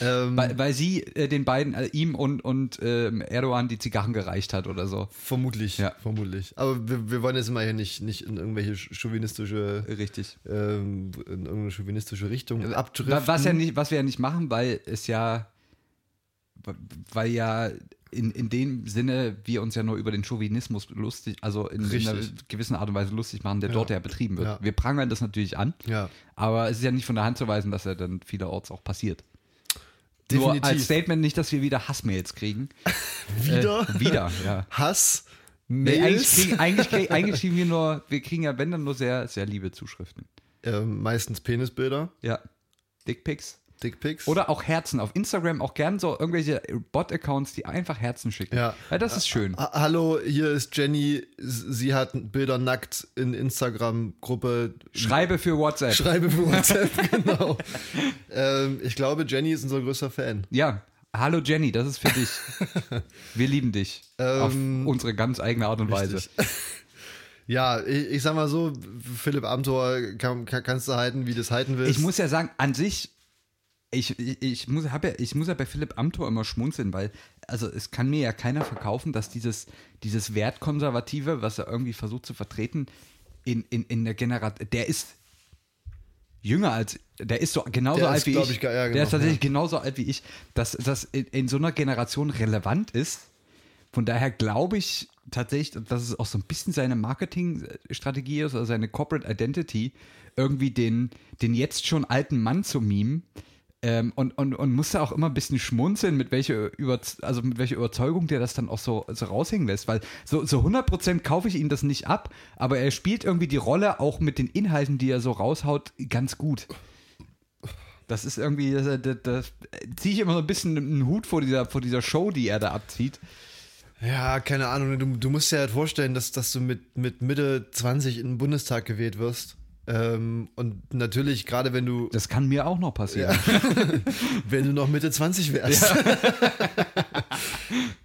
[SPEAKER 3] Ähm,
[SPEAKER 2] Weil, weil sie äh, den beiden, äh, ihm und, und ähm, Erdogan die Zigarren gereicht hat oder so.
[SPEAKER 3] vermutlich,
[SPEAKER 2] Ja.
[SPEAKER 3] vermutlich. Aber wir, wir wollen jetzt immer hier nicht, nicht in irgendwelche chauvinistische,
[SPEAKER 2] Richtig.
[SPEAKER 3] ähm, in irgendeine chauvinistische Richtung abdriften.
[SPEAKER 2] Wa- Was, ja nicht, was wir ja nicht machen, weil es ja, wa- weil ja in, in dem Sinne wir uns ja nur über den Chauvinismus lustig, also in, in einer
[SPEAKER 3] Richtig.
[SPEAKER 2] gewissen Art und Weise lustig machen, der dort ja betrieben wird.
[SPEAKER 3] Ja.
[SPEAKER 2] Wir prangern das natürlich an,
[SPEAKER 3] Ja.
[SPEAKER 2] aber es ist ja nicht von der Hand zu weisen, dass er dann vielerorts auch passiert. Nur als
[SPEAKER 3] Definitiv.
[SPEAKER 2] Statement nicht, dass wir wieder Hassmails kriegen.
[SPEAKER 3] wieder
[SPEAKER 2] Äh, wieder, ja.
[SPEAKER 3] Hass,
[SPEAKER 2] Nee, eigentlich,
[SPEAKER 3] Mails.
[SPEAKER 2] kriegen, eigentlich, kriegen, eigentlich kriegen wir nur, wir kriegen ja, wenn dann nur sehr, sehr liebe Zuschriften.
[SPEAKER 3] Ähm, meistens Penisbilder,
[SPEAKER 2] Ja. Dickpics.
[SPEAKER 3] Dickpics.
[SPEAKER 2] Oder auch Herzen. Auf Instagram auch gern so irgendwelche Bot-Accounts, die einfach Herzen schicken.
[SPEAKER 3] Ja. Äh,
[SPEAKER 2] das ist schön.
[SPEAKER 3] Ha- Hallo, hier ist Jenny. S- Sie hat Bilder nackt in Instagram-Gruppe.
[SPEAKER 2] Schreibe für WhatsApp.
[SPEAKER 3] Schreibe für WhatsApp, genau. ähm, ich glaube, Jenny ist unser größter Fan.
[SPEAKER 2] ja. Hallo Jenny, das ist für dich. Wir lieben dich.
[SPEAKER 3] Ähm,
[SPEAKER 2] auf unsere ganz eigene Art und Weise.
[SPEAKER 3] richtig. Ja, ich, ich sag mal so, Philipp Amthor kann, kann, kannst du halten, wie du es halten willst.
[SPEAKER 2] Ich muss ja sagen, an sich, ich, ich, ich, muss, hab ja, ich muss ja bei Philipp Amthor immer schmunzeln, weil, also es kann mir ja keiner verkaufen, dass dieses, dieses Wertkonservative, was er irgendwie versucht zu vertreten, in, in, in der Generation, der ist jünger als, der ist so genauso
[SPEAKER 3] Der
[SPEAKER 2] alt
[SPEAKER 3] ist,
[SPEAKER 2] wie
[SPEAKER 3] glaub
[SPEAKER 2] ich.
[SPEAKER 3] ich, ja,
[SPEAKER 2] der
[SPEAKER 3] genau,
[SPEAKER 2] ist tatsächlich genauso alt wie ich, dass das in, in so einer Generation relevant ist. Von daher glaube ich tatsächlich, dass es auch so ein bisschen seine Marketingstrategie ist, also seine Corporate Identity, irgendwie den, den jetzt schon alten Mann zu mimen. Ähm, und, und, und muss da auch immer ein bisschen schmunzeln, mit welcher, Über also mit welcher Überzeugung der das dann auch so, so raushängen lässt. Weil so, so 100% kaufe ich ihm das nicht ab, aber er spielt irgendwie die Rolle auch mit den Inhalten, die er so raushaut, ganz gut. Das ist irgendwie, da ziehe ich immer so ein bisschen einen Hut vor dieser, vor dieser Show, die er da abzieht.
[SPEAKER 3] Ja, keine Ahnung. Du, du musst dir halt vorstellen, dass, dass du mit, mit Mitte 20 in den Bundestag gewählt wirst. Ähm, und natürlich, gerade wenn du,
[SPEAKER 2] Das kann mir auch noch passieren.
[SPEAKER 3] wenn du noch Mitte 20 wärst.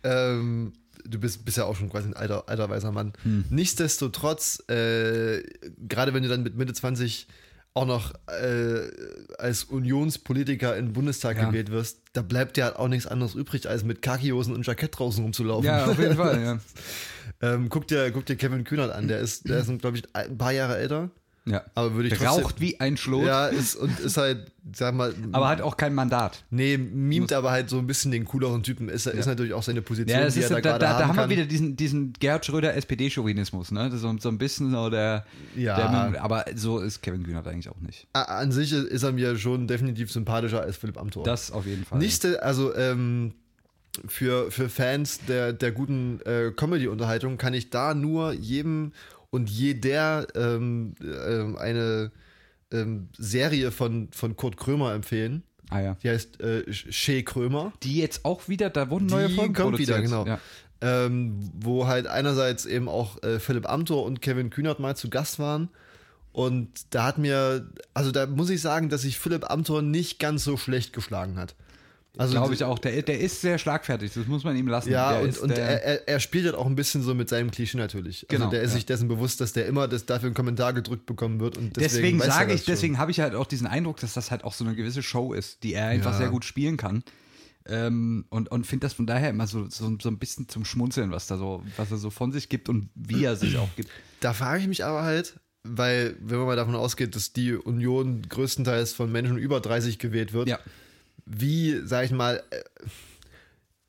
[SPEAKER 3] ähm, du bist, bist ja auch schon quasi ein alter, alter weiser Mann.
[SPEAKER 2] Hm.
[SPEAKER 3] Nichtsdestotrotz, äh, gerade wenn du dann mit Mitte 20 auch noch äh, als Unionspolitiker in den Bundestag
[SPEAKER 2] Ja.
[SPEAKER 3] gewählt wirst, da bleibt dir halt auch nichts anderes übrig, als mit Kakihosen und Jackett draußen rumzulaufen.
[SPEAKER 2] Ja, auf jeden Fall. Ja.
[SPEAKER 3] ähm, guck, dir, guck dir Kevin Kühnert an, der ist, der ist glaube ich, ein paar Jahre älter.
[SPEAKER 2] Ja.
[SPEAKER 3] Aber würde ich trotzdem-
[SPEAKER 2] Raucht wie ein Schlot,
[SPEAKER 3] Ja, ist, und ist halt, sag mal,
[SPEAKER 2] aber hat auch kein Mandat.
[SPEAKER 3] nee, mimt aber halt so ein bisschen den cooleren Typen. Ist, ist natürlich auch seine Position,
[SPEAKER 2] Ja, das
[SPEAKER 3] die
[SPEAKER 2] ist,
[SPEAKER 3] er
[SPEAKER 2] da,
[SPEAKER 3] da,
[SPEAKER 2] da,
[SPEAKER 3] gerade
[SPEAKER 2] da haben
[SPEAKER 3] haben
[SPEAKER 2] wir
[SPEAKER 3] kann.
[SPEAKER 2] wieder diesen, diesen Gerhard Schröder SPD-Chauvinismus, ne? Das ist so, so ein bisschen so der,
[SPEAKER 3] Ja.
[SPEAKER 2] der. Aber so ist Kevin Kühnert eigentlich auch nicht.
[SPEAKER 3] A- An sich ist er mir schon definitiv sympathischer als Philipp Amthor.
[SPEAKER 2] Das auf jeden Fall.
[SPEAKER 3] Nicht, also ähm, für, für Fans der, der guten äh, Comedy-Unterhaltung kann ich da nur jedem und jeder ähm, ähm, eine ähm, Serie von, von Kurt Krömer empfehlen.
[SPEAKER 2] Ah, ja.
[SPEAKER 3] Die heißt äh, Shea Krömer.
[SPEAKER 2] Die jetzt auch wieder, da wurden neue
[SPEAKER 3] Die
[SPEAKER 2] Folgen
[SPEAKER 3] kommt wieder,
[SPEAKER 2] produziert.
[SPEAKER 3] genau.
[SPEAKER 2] Ja.
[SPEAKER 3] Ähm, wo halt einerseits eben auch äh, Philipp Amthor und Kevin Kühnert mal zu Gast waren. Und da hat mir, also da muss ich sagen, dass sich Philipp Amthor nicht ganz so schlecht geschlagen hat. Also
[SPEAKER 2] Glaube ich auch. Der, der ist sehr schlagfertig, das muss man ihm lassen.
[SPEAKER 3] Ja,
[SPEAKER 2] der
[SPEAKER 3] und,
[SPEAKER 2] ist,
[SPEAKER 3] und
[SPEAKER 2] der,
[SPEAKER 3] er, er- er spielt halt auch ein bisschen so mit seinem Klischee natürlich.
[SPEAKER 2] Genau,
[SPEAKER 3] also der ist
[SPEAKER 2] ja.
[SPEAKER 3] sich dessen bewusst, dass der immer das, dafür einen Kommentar gedrückt bekommen wird. Und deswegen
[SPEAKER 2] deswegen
[SPEAKER 3] weiß er
[SPEAKER 2] sage
[SPEAKER 3] das
[SPEAKER 2] ich,
[SPEAKER 3] schon.
[SPEAKER 2] deswegen habe ich halt auch diesen Eindruck, dass das halt auch so eine gewisse Show ist, die er einfach
[SPEAKER 3] Ja.
[SPEAKER 2] sehr gut spielen kann. Ähm, und und finde das von daher immer so, so, so ein bisschen zum Schmunzeln, was, da so, was er so von sich gibt und wie er sich auch gibt.
[SPEAKER 3] Da frage ich mich aber halt, weil, wenn man mal davon ausgeht, dass die Union größtenteils von Menschen über 30 gewählt wird,
[SPEAKER 2] Ja.
[SPEAKER 3] wie, sag ich mal,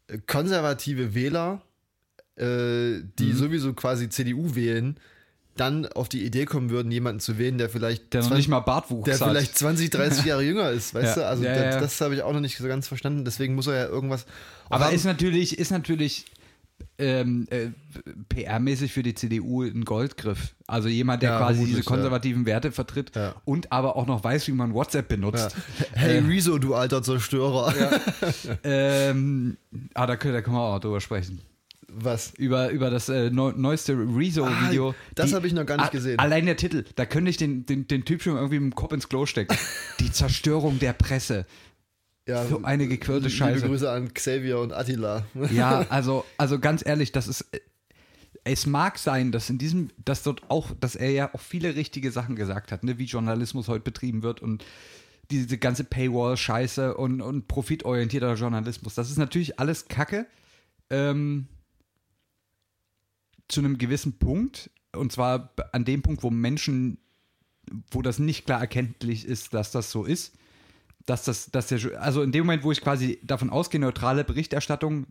[SPEAKER 3] äh, konservative Wähler, äh, die
[SPEAKER 2] Mhm.
[SPEAKER 3] sowieso quasi CDU wählen, dann auf die Idee kommen würden, jemanden zu wählen, der vielleicht,
[SPEAKER 2] Der noch
[SPEAKER 3] 20
[SPEAKER 2] nicht mal Bartwuchs
[SPEAKER 3] der
[SPEAKER 2] hat.
[SPEAKER 3] vielleicht 20, 30 Jahre jünger ist, weißt
[SPEAKER 2] Ja.
[SPEAKER 3] du? Also
[SPEAKER 2] Ja,
[SPEAKER 3] das,
[SPEAKER 2] ja, ja.
[SPEAKER 3] das habe ich auch noch nicht so ganz verstanden, deswegen muss er ja irgendwas. auch
[SPEAKER 2] Aber
[SPEAKER 3] haben.
[SPEAKER 2] ist natürlich, ist natürlich ähm, äh, PR-mäßig für die CDU ein Goldgriff. Also jemand, der
[SPEAKER 3] Ja,
[SPEAKER 2] quasi
[SPEAKER 3] vermutlich,
[SPEAKER 2] diese
[SPEAKER 3] ja.
[SPEAKER 2] konservativen Werte vertritt
[SPEAKER 3] Ja.
[SPEAKER 2] und aber auch noch weiß, wie man WhatsApp benutzt.
[SPEAKER 3] hey Rezo, du alter Zerstörer.
[SPEAKER 2] Ähm, ah, da können, da können wir auch drüber sprechen.
[SPEAKER 3] Was?
[SPEAKER 2] Über, über das äh, neu, neueste Rezo-Video.
[SPEAKER 3] Ah, das
[SPEAKER 2] Die-
[SPEAKER 3] habe ich noch gar nicht
[SPEAKER 2] a-
[SPEAKER 3] gesehen.
[SPEAKER 2] Allein der Titel, da könnte ich den, den, den Typ schon irgendwie mit dem Kopf ins Klo stecken. Die Zerstörung der Presse.
[SPEAKER 3] Ja,
[SPEAKER 2] So eine gequirlte Scheiße.
[SPEAKER 3] Liebe Grüße an Xavier und Attila.
[SPEAKER 2] Ja, also, also ganz ehrlich, das ist. äh, Es mag sein, dass in diesem, dass dort auch, dass er ja auch viele richtige Sachen gesagt hat, ne, wie Journalismus heute betrieben wird und diese ganze Paywall-Scheiße und, und profitorientierter Journalismus. Das ist natürlich alles Kacke. Ähm, zu einem gewissen Punkt. Und zwar an dem Punkt, wo Menschen, wo das nicht klar erkenntlich ist, dass das so ist dass das, dass der, Jo- also in dem Moment, wo ich quasi davon ausgehe, neutrale Berichterstattung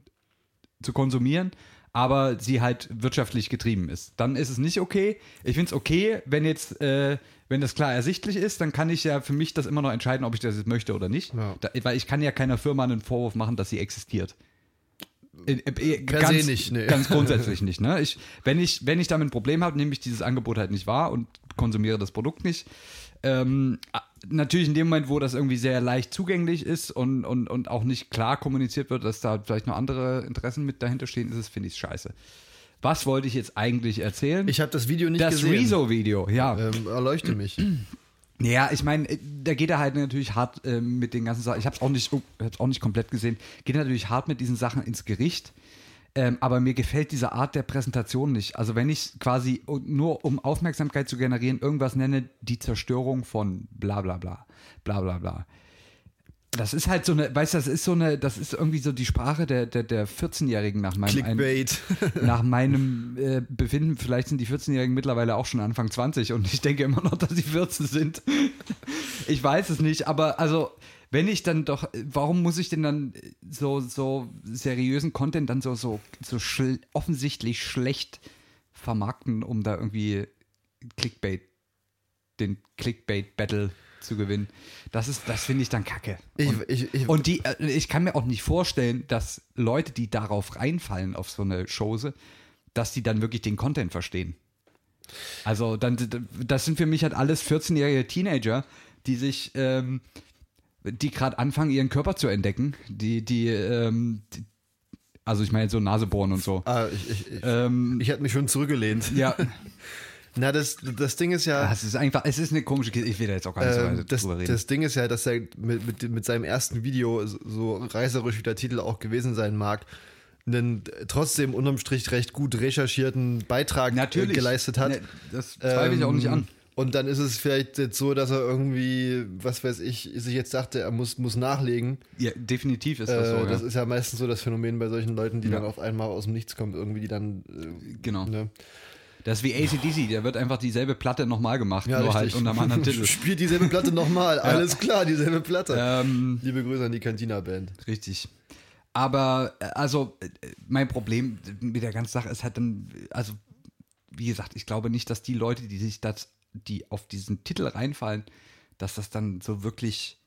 [SPEAKER 2] zu konsumieren, aber sie halt wirtschaftlich getrieben ist, dann ist es nicht okay. Ich finde es okay, wenn jetzt, äh, wenn das klar ersichtlich ist, dann kann ich ja für mich das immer noch entscheiden, ob ich das jetzt möchte oder nicht,
[SPEAKER 3] Ja.
[SPEAKER 2] da, weil ich kann ja keiner Firma einen Vorwurf machen, dass sie existiert. In- äh,
[SPEAKER 3] Per
[SPEAKER 2] ganz,
[SPEAKER 3] se nicht, nee.
[SPEAKER 2] ganz grundsätzlich nicht. Ne? Ich, wenn, ich, wenn ich damit ein Problem habe, nehme ich dieses Angebot halt nicht wahr und konsumiere das Produkt nicht. Ähm, a- natürlich in dem Moment, wo das irgendwie sehr leicht zugänglich ist und, und, und auch nicht klar kommuniziert wird, dass da halt vielleicht noch andere Interessen mit dahinter stehen, ist es, finde ich, scheiße. Was wollte ich jetzt eigentlich erzählen?
[SPEAKER 3] Ich habe das Video nicht
[SPEAKER 2] das
[SPEAKER 3] gesehen.
[SPEAKER 2] Rezo-Video, ja.
[SPEAKER 3] Ähm, erleuchte mich.
[SPEAKER 2] Ja, ich meine, äh, da geht er halt natürlich hart äh, mit den ganzen Sachen. Ich habe es auch nicht, oh, hab's auch nicht komplett gesehen. Geht natürlich hart mit diesen Sachen ins Gericht. Ähm, aber mir gefällt diese Art der Präsentation nicht. Also wenn ich quasi oh, nur um Aufmerksamkeit zu generieren irgendwas nenne, die Zerstörung von bla bla bla, bla bla bla. Das ist halt so eine, weißt du, das ist so eine, das ist irgendwie so die Sprache der, der, der 14-Jährigen nach meinem Ein-
[SPEAKER 3] Clickbait.
[SPEAKER 2] nach meinem äh, Befinden, vielleicht sind die 14-Jährigen mittlerweile auch schon Anfang 20 und ich denke immer noch, dass sie 14 sind. Ich weiß es nicht, aber also, wenn ich dann doch, warum muss ich denn dann so, so seriösen Content dann so, so, so schl offensichtlich schlecht vermarkten, um da irgendwie Clickbait, den Clickbait-Battle zu gewinnen? Das ist, das finde ich dann kacke.
[SPEAKER 3] Ich,
[SPEAKER 2] Und-
[SPEAKER 3] ich, ich,
[SPEAKER 2] und die, äh, ich kann mir auch nicht vorstellen, dass Leute, die darauf reinfallen, auf so eine Chose, dass die dann wirklich den Content verstehen. Also, dann, das sind für mich halt alles 14-jährige Teenager, die sich, ähm, die gerade anfangen, ihren Körper zu entdecken. Die, die, ähm, die also ich meine, so Nase bohren und so.
[SPEAKER 3] ah, ich, ich, ich,
[SPEAKER 2] Ähm,
[SPEAKER 3] ich hätte mich schon zurückgelehnt.
[SPEAKER 2] ja,
[SPEAKER 3] Na, das, das Ding ist ja.
[SPEAKER 2] Das ist einfach, es ist eine komische Kiste. Ich will da jetzt auch gar nicht so
[SPEAKER 3] Ähm,
[SPEAKER 2] weiter
[SPEAKER 3] das,
[SPEAKER 2] drüber reden.
[SPEAKER 3] das Ding ist ja, dass er mit, mit, mit seinem ersten Video, so- so reißerisch wie der Titel auch gewesen sein mag, einen trotzdem unterm Strich recht gut recherchierten Beitrag äh,
[SPEAKER 2] Natürlich.
[SPEAKER 3] geleistet hat.
[SPEAKER 2] Ne, das zweifle ich auch nicht
[SPEAKER 3] Ähm,
[SPEAKER 2] an.
[SPEAKER 3] Und dann ist es vielleicht jetzt so, dass er irgendwie, was weiß ich, sich jetzt dachte, er muss, muss nachlegen.
[SPEAKER 2] Ja, definitiv ist
[SPEAKER 3] Das,
[SPEAKER 2] das
[SPEAKER 3] äh,
[SPEAKER 2] so. Ja.
[SPEAKER 3] das ist ja meistens so das Phänomen bei solchen Leuten, die
[SPEAKER 2] Ja.
[SPEAKER 3] dann auf einmal aus dem Nichts kommen, irgendwie die dann. Äh,
[SPEAKER 2] genau.
[SPEAKER 3] ne?
[SPEAKER 2] Das ist wie ACDC, der wird einfach dieselbe Platte nochmal gemacht, nur halt unter einem anderen Titel.
[SPEAKER 3] Spielt dieselbe Platte nochmal, alles klar, dieselbe Platte.
[SPEAKER 2] ähm,
[SPEAKER 3] Liebe Grüße an die Cantina-Band.
[SPEAKER 2] Richtig. Aber, äh, also, äh, mein Problem mit der ganzen Sache ist halt dann, also, wie gesagt, ich glaube nicht, dass die Leute, die sich das, die auf diesen Titel reinfallen, dass das dann so wirklich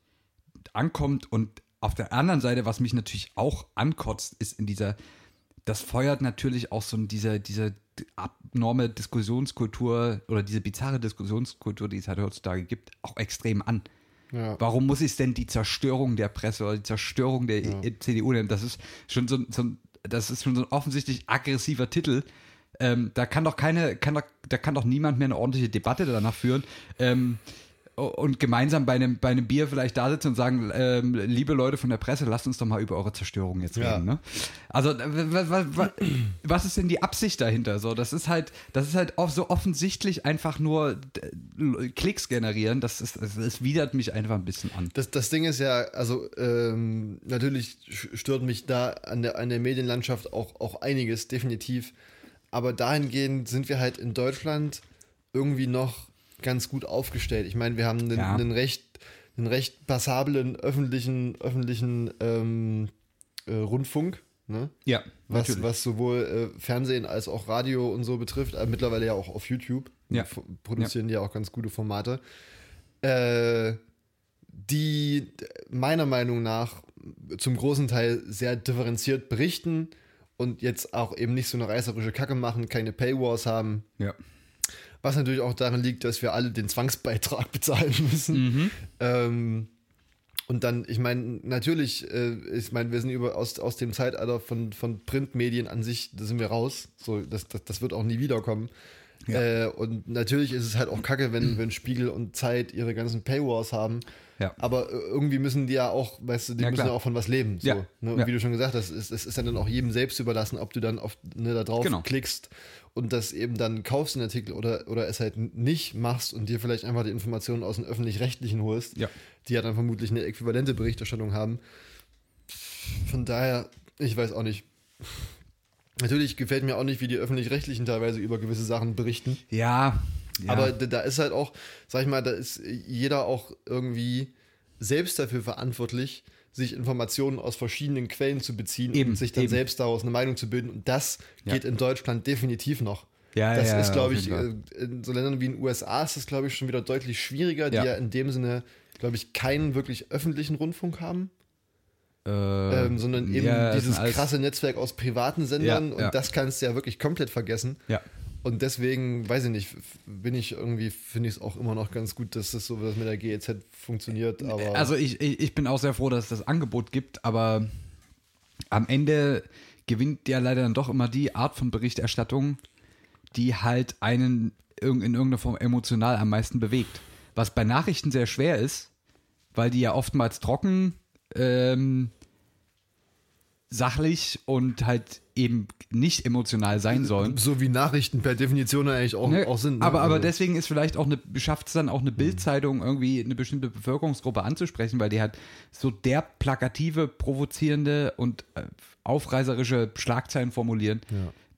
[SPEAKER 2] ankommt. Und auf der anderen Seite, was mich natürlich auch ankotzt, ist in dieser, das feuert natürlich auch so in dieser, dieser abnorme Diskussionskultur oder diese bizarre Diskussionskultur, die es halt heutzutage gibt, auch extrem an.
[SPEAKER 3] Ja.
[SPEAKER 2] Warum muss ich denn die Zerstörung der Presse oder die Zerstörung der E- CDU nennen? Das ist schon so, ein- so ein, das ist schon so ein offensichtlich aggressiver Titel. Ähm, da kann doch keine, kann doch, da kann doch niemand mehr eine ordentliche Debatte danach führen. Ähm, o- und gemeinsam bei einem, bei einem Bier vielleicht da sitzen und sagen, ähm, liebe Leute von der Presse, lasst uns doch mal über eure Zerstörung jetzt
[SPEAKER 3] Ja.
[SPEAKER 2] reden. Ne? Also was, was ist denn die Absicht dahinter? So, das ist halt, das ist halt auch so offensichtlich einfach nur d- Klicks generieren. Das ist, das, das widert mich einfach ein bisschen an.
[SPEAKER 3] Das, das Ding ist ja, also ähm, natürlich sch- stört mich da an der, an der Medienlandschaft auch, auch einiges, definitiv. Aber dahingehend sind wir halt in Deutschland irgendwie noch ganz gut aufgestellt. Ich meine, wir haben einen,
[SPEAKER 2] Ja.
[SPEAKER 3] einen recht, einen recht passablen öffentlichen, öffentlichen ähm, äh, Rundfunk. Ne?
[SPEAKER 2] Ja,
[SPEAKER 3] Was, was sowohl äh, Fernsehen als auch Radio und so betrifft, äh, mittlerweile ja auch auf YouTube,
[SPEAKER 2] Ja.
[SPEAKER 3] F- produzieren die ja auch ganz gute Formate, äh, die d- meiner Meinung nach zum großen Teil sehr differenziert berichten und jetzt auch eben nicht so eine reißerische Kacke machen, keine Paywars haben,
[SPEAKER 2] Ja.
[SPEAKER 3] was natürlich auch daran liegt, dass wir alle den Zwangsbeitrag bezahlen müssen.
[SPEAKER 2] Mhm.
[SPEAKER 3] Ähm, und dann, ich meine, natürlich, äh, ich meine, wir sind über, aus, aus dem Zeitalter von, von Printmedien an sich, da sind wir raus. So, das, das, das wird auch nie wiederkommen. Äh, und natürlich ist es halt auch kacke, wenn, wenn Spiegel und Zeit ihre ganzen Paywars haben.
[SPEAKER 2] Ja.
[SPEAKER 3] Aber äh, irgendwie müssen die ja auch, weißt du, die
[SPEAKER 2] Ja,
[SPEAKER 3] müssen
[SPEAKER 2] klar.
[SPEAKER 3] ja auch von was leben. So,
[SPEAKER 2] Ja.
[SPEAKER 3] Ne? Und
[SPEAKER 2] Ja.
[SPEAKER 3] wie du schon gesagt hast, es, es ist ja dann auch jedem selbst überlassen, ob du dann auf, ne, da drauf
[SPEAKER 2] Genau.
[SPEAKER 3] klickst und das eben dann kaufst den Artikel oder, oder es halt nicht machst und dir vielleicht einfach die Informationen aus dem öffentlich-rechtlichen holst,
[SPEAKER 2] Ja.
[SPEAKER 3] die ja dann vermutlich eine äquivalente Berichterstattung haben. Von daher, ich weiß auch nicht. Natürlich gefällt mir auch nicht, wie die öffentlich-rechtlichen teilweise über gewisse Sachen berichten.
[SPEAKER 2] Ja. ja.
[SPEAKER 3] Aber da da ist halt auch, sag ich mal, da ist jeder auch irgendwie selbst dafür verantwortlich, sich Informationen aus verschiedenen Quellen zu beziehen
[SPEAKER 2] Eben,
[SPEAKER 3] und sich dann
[SPEAKER 2] eben.
[SPEAKER 3] selbst daraus eine Meinung zu bilden. Und das
[SPEAKER 2] Ja.
[SPEAKER 3] geht in Deutschland definitiv noch.
[SPEAKER 2] Ja,
[SPEAKER 3] das
[SPEAKER 2] ja,
[SPEAKER 3] ist,
[SPEAKER 2] ja,
[SPEAKER 3] glaube
[SPEAKER 2] auf
[SPEAKER 3] ich, äh,
[SPEAKER 2] jeden
[SPEAKER 3] in so Ländern wie in den USA ist das, glaube ich, schon wieder deutlich schwieriger, die
[SPEAKER 2] Ja.
[SPEAKER 3] ja in dem Sinne, glaube ich, keinen wirklich öffentlichen Rundfunk haben,
[SPEAKER 2] äh,
[SPEAKER 3] ähm, sondern eben
[SPEAKER 2] ja, das
[SPEAKER 3] dieses
[SPEAKER 2] sind alles-
[SPEAKER 3] krasse Netzwerk aus privaten Sendern.
[SPEAKER 2] ja.
[SPEAKER 3] Und das kannst du ja wirklich komplett vergessen.
[SPEAKER 2] Ja.
[SPEAKER 3] Und deswegen, weiß ich nicht, f- bin ich irgendwie, finde ich es auch immer noch ganz gut, dass das so dass mit der GEZ funktioniert. Aber
[SPEAKER 2] Also ich, ich, ich bin auch sehr froh, dass es das Angebot gibt, aber am Ende gewinnt ja leider dann doch immer die Art von Berichterstattung, die halt einen irg- in irgendeiner Form emotional am meisten bewegt. Was bei Nachrichten sehr schwer ist, weil die ja oftmals trocken, ähm, sachlich und halt eben nicht emotional sein sollen.
[SPEAKER 3] so wie Nachrichten per Definition eigentlich auch,
[SPEAKER 2] Ne,
[SPEAKER 3] auch sind. ne?
[SPEAKER 2] Aber, aber
[SPEAKER 3] Also,
[SPEAKER 2] deswegen ist vielleicht auch eine, schafft es dann auch eine Bildzeitung irgendwie eine bestimmte Bevölkerungsgruppe anzusprechen, weil die hat so derb plakative, provozierende und äh, aufreißerische Schlagzeilen formulieren,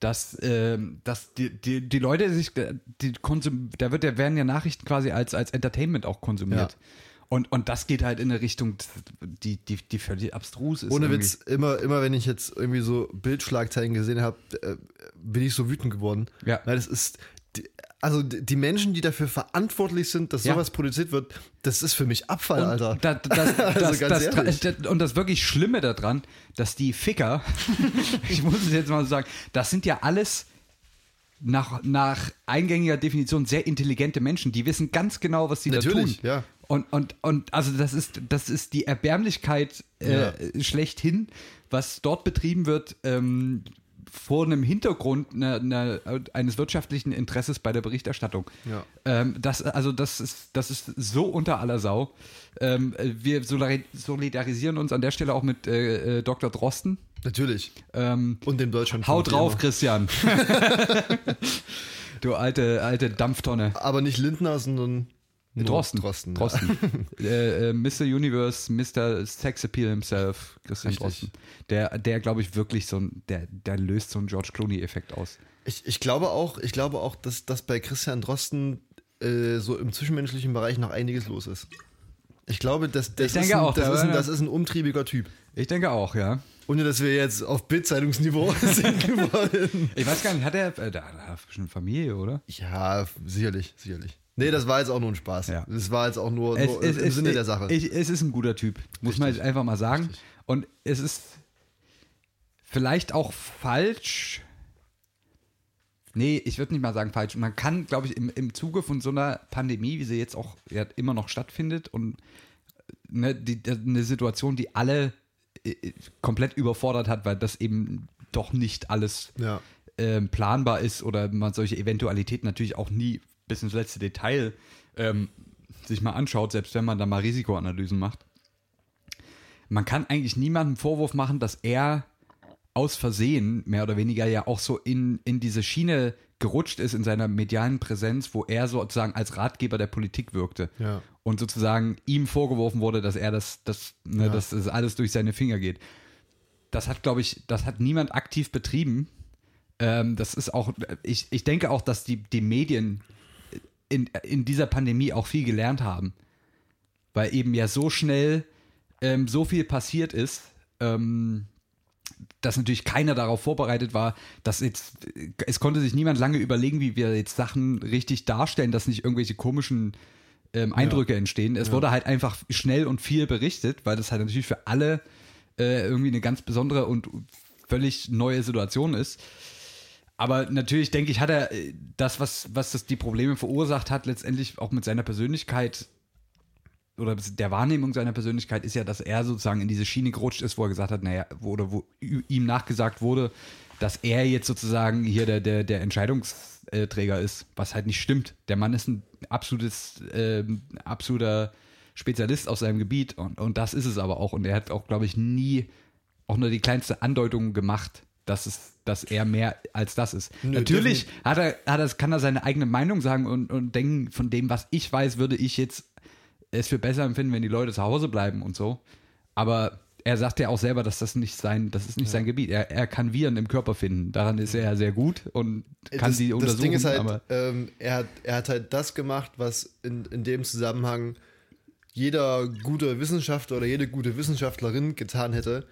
[SPEAKER 2] dass, ähm, dass die, die, die Leute sich, äh, die konsum da wird, ja- werden ja Nachrichten quasi als, als Entertainment auch konsumiert.
[SPEAKER 3] Ja.
[SPEAKER 2] Und, und das geht halt in eine Richtung, die, die, die völlig abstrus ist.
[SPEAKER 3] Ohne
[SPEAKER 2] irgendwie.
[SPEAKER 3] Witz, immer, immer wenn ich jetzt irgendwie so Bildschlagzeilen gesehen habe, äh, bin ich so wütend geworden.
[SPEAKER 2] Ja.
[SPEAKER 3] Weil das ist, die, also die die Menschen, die dafür verantwortlich sind, dass
[SPEAKER 2] Ja.
[SPEAKER 3] sowas produziert wird, das ist für mich Abfall, Alter.
[SPEAKER 2] Da, das, das,
[SPEAKER 3] Also ganz
[SPEAKER 2] das,
[SPEAKER 3] ehrlich.
[SPEAKER 2] das, und das wirklich Schlimme daran, dass die Ficker, ich muss es jetzt mal so sagen, das sind ja alles nach, nach eingängiger Definition sehr intelligente Menschen. Die wissen ganz genau, was sie
[SPEAKER 3] Natürlich,
[SPEAKER 2] da tun.
[SPEAKER 3] ja.
[SPEAKER 2] Und, und, und also das ist, das ist die Erbärmlichkeit äh,
[SPEAKER 3] Ja.
[SPEAKER 2] schlechthin, was dort betrieben wird, ähm, vor einem Hintergrund ne, ne, eines wirtschaftlichen Interesses bei der Berichterstattung.
[SPEAKER 3] Ja.
[SPEAKER 2] Ähm, das, also das ist, das ist so unter aller Sau. Ähm, wir solari- solidarisieren uns an der Stelle auch mit äh, äh, Dr. Drosten.
[SPEAKER 3] Natürlich.
[SPEAKER 2] Ähm,
[SPEAKER 3] Und dem Deutschland.
[SPEAKER 2] hau drauf, Christian. du alte, alte Dampftonne.
[SPEAKER 3] Aber nicht Lindner, sondern nur
[SPEAKER 2] Drosten.
[SPEAKER 3] Drosten.
[SPEAKER 2] Drosten. äh, äh, Mr. Universe, Mr. Sex Appeal himself, Christian
[SPEAKER 3] Richtig.
[SPEAKER 2] Drosten. Der, der glaube ich, wirklich so ein, der, der löst so einen George Clooney-Effekt aus.
[SPEAKER 3] Ich, ich glaube auch, ich glaube auch, dass, dass bei Christian Drosten äh, so im zwischenmenschlichen Bereich noch einiges los ist. Ich glaube, das, das,
[SPEAKER 2] Ich
[SPEAKER 3] ist,
[SPEAKER 2] denke
[SPEAKER 3] ein,
[SPEAKER 2] auch,
[SPEAKER 3] das,
[SPEAKER 2] da
[SPEAKER 3] ist, ein,
[SPEAKER 2] war-
[SPEAKER 3] das ist ein umtriebiger Typ.
[SPEAKER 2] Ich denke auch, ja.
[SPEAKER 3] Ohne dass wir jetzt auf Bild-Zeitungsniveau sind geworden.
[SPEAKER 2] Ich weiß gar nicht, hat er, äh, da hat er bestimmt Familie, oder?
[SPEAKER 3] Ja, sicherlich, sicherlich. Nee, das war jetzt auch nur ein Spaß.
[SPEAKER 2] Ja.
[SPEAKER 3] Das war jetzt auch nur, nur im Sinne der Sache.
[SPEAKER 2] Ich, es ist ein guter Typ, muss man jetzt einfach mal sagen. Und es ist vielleicht auch falsch. Nee, ich würde nicht mal sagen falsch. Man kann, glaube ich, im, im Zuge von so einer Pandemie, wie sie jetzt auch ja, immer noch stattfindet und ne, die, das- eine Situation, die alle äh, äh, komplett überfordert hat, weil das eben doch nicht alles
[SPEAKER 3] ja.
[SPEAKER 2] ähm, planbar ist oder man solche Eventualitäten natürlich auch nie bis ins letzte Detail ähm, sich mal anschaut, selbst wenn man da mal Risikoanalysen macht. Man kann eigentlich niemandem Vorwurf machen, dass er aus Versehen mehr oder weniger ja auch so in, in diese Schiene gerutscht ist in seiner medialen Präsenz, wo er sozusagen als Ratgeber der Politik wirkte.
[SPEAKER 3] Ja.
[SPEAKER 2] Und sozusagen ihm vorgeworfen wurde, dass er das, das, ne,
[SPEAKER 3] Ja.
[SPEAKER 2] dass das alles durch seine Finger geht. Das hat, glaube ich, das hat niemand aktiv betrieben. Ähm, das ist auch, ich, ich denke auch, dass die, die Medien in, in dieser Pandemie auch viel gelernt haben. Weil eben ja so schnell ähm, so viel passiert ist, ähm, dass natürlich keiner darauf vorbereitet war, dass jetzt, es konnte sich niemand lange überlegen, wie wir jetzt Sachen richtig darstellen, dass nicht irgendwelche komischen ähm, Eindrücke entstehen. Es wurde halt einfach schnell und viel berichtet, weil das halt natürlich für alle äh, irgendwie eine ganz besondere und völlig neue Situation ist. Aber natürlich denke ich, hat er äh, das, was, was das die Probleme verursacht hat, letztendlich auch mit seiner Persönlichkeit oder der Wahrnehmung seiner Persönlichkeit ist ja, dass er sozusagen in diese Schiene gerutscht ist, wo er gesagt hat, naja, wo, oder wo ü- ihm nachgesagt wurde, dass er jetzt sozusagen hier der, der, der Entscheidungsträger ist, was halt nicht stimmt. Der Mann ist ein absolutes, ähm, absoluter Spezialist auf seinem Gebiet und, und das ist es aber auch. Und er hat auch, glaube ich, nie auch nur die kleinste Andeutung gemacht, dass es, dass er mehr als das ist.
[SPEAKER 3] Nö,
[SPEAKER 2] Natürlich hat er, hat er, kann er seine eigene Meinung sagen und, und denken, von dem, was ich weiß, würde ich jetzt es für besser empfinden, wenn die Leute zu Hause bleiben und so. Aber er sagt ja auch selber, dass das nicht sein, das ist nicht sein Gebiet. Er, er kann Viren im Körper finden. Daran ist er ja sehr gut und kann
[SPEAKER 3] Äh, das,
[SPEAKER 2] sie untersuchen.
[SPEAKER 3] Das Ding ist halt,
[SPEAKER 2] aber
[SPEAKER 3] ähm, er, hat, er hat halt das gemacht, was in, in dem Zusammenhang jeder gute Wissenschaftler oder jede gute Wissenschaftlerin getan hätte.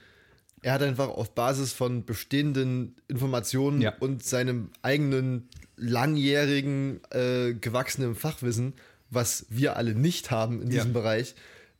[SPEAKER 3] Er hat einfach auf Basis von bestehenden Informationen
[SPEAKER 2] Ja.
[SPEAKER 3] und seinem eigenen langjährigen, äh, gewachsenen Fachwissen, was wir alle nicht haben in
[SPEAKER 2] Ja.
[SPEAKER 3] diesem Bereich,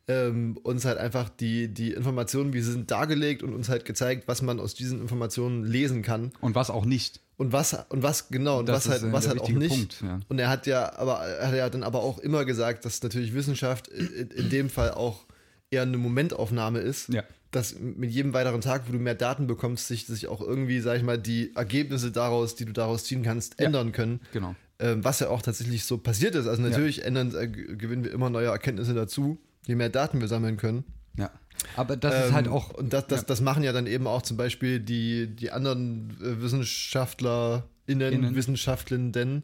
[SPEAKER 3] ähm, uns halt einfach die, die Informationen, wie sie sind, dargelegt und uns halt gezeigt, was man aus diesen Informationen lesen kann.
[SPEAKER 2] und was auch nicht.
[SPEAKER 3] Und was, und was genau, und
[SPEAKER 2] Das
[SPEAKER 3] was
[SPEAKER 2] ist,
[SPEAKER 3] halt,
[SPEAKER 2] äh,
[SPEAKER 3] was
[SPEAKER 2] der
[SPEAKER 3] halt auch
[SPEAKER 2] wichtige
[SPEAKER 3] nicht.
[SPEAKER 2] Punkt, ja.
[SPEAKER 3] Und er hat ja, aber er hat ja dann aber auch immer gesagt, dass natürlich Wissenschaft in, in dem Fall auch eher eine Momentaufnahme ist.
[SPEAKER 2] Ja.
[SPEAKER 3] Dass mit jedem weiteren Tag, wo du mehr Daten bekommst, sich, sich auch irgendwie, sag ich mal, die Ergebnisse daraus, die du daraus ziehen kannst, ändern können.
[SPEAKER 2] Genau.
[SPEAKER 3] Ähm, was ja auch tatsächlich so passiert ist. Also natürlich ändern, äh, g- gewinnen wir immer neue Erkenntnisse dazu, je mehr Daten wir sammeln können.
[SPEAKER 2] Ja. Aber das ist
[SPEAKER 3] Ähm,
[SPEAKER 2] halt auch.
[SPEAKER 3] Und das, das,
[SPEAKER 2] ja.
[SPEAKER 3] das machen ja dann eben auch zum Beispiel die, die anderen äh, WissenschaftlerInnen,
[SPEAKER 2] Innen.
[SPEAKER 3] Wissenschaftlenden,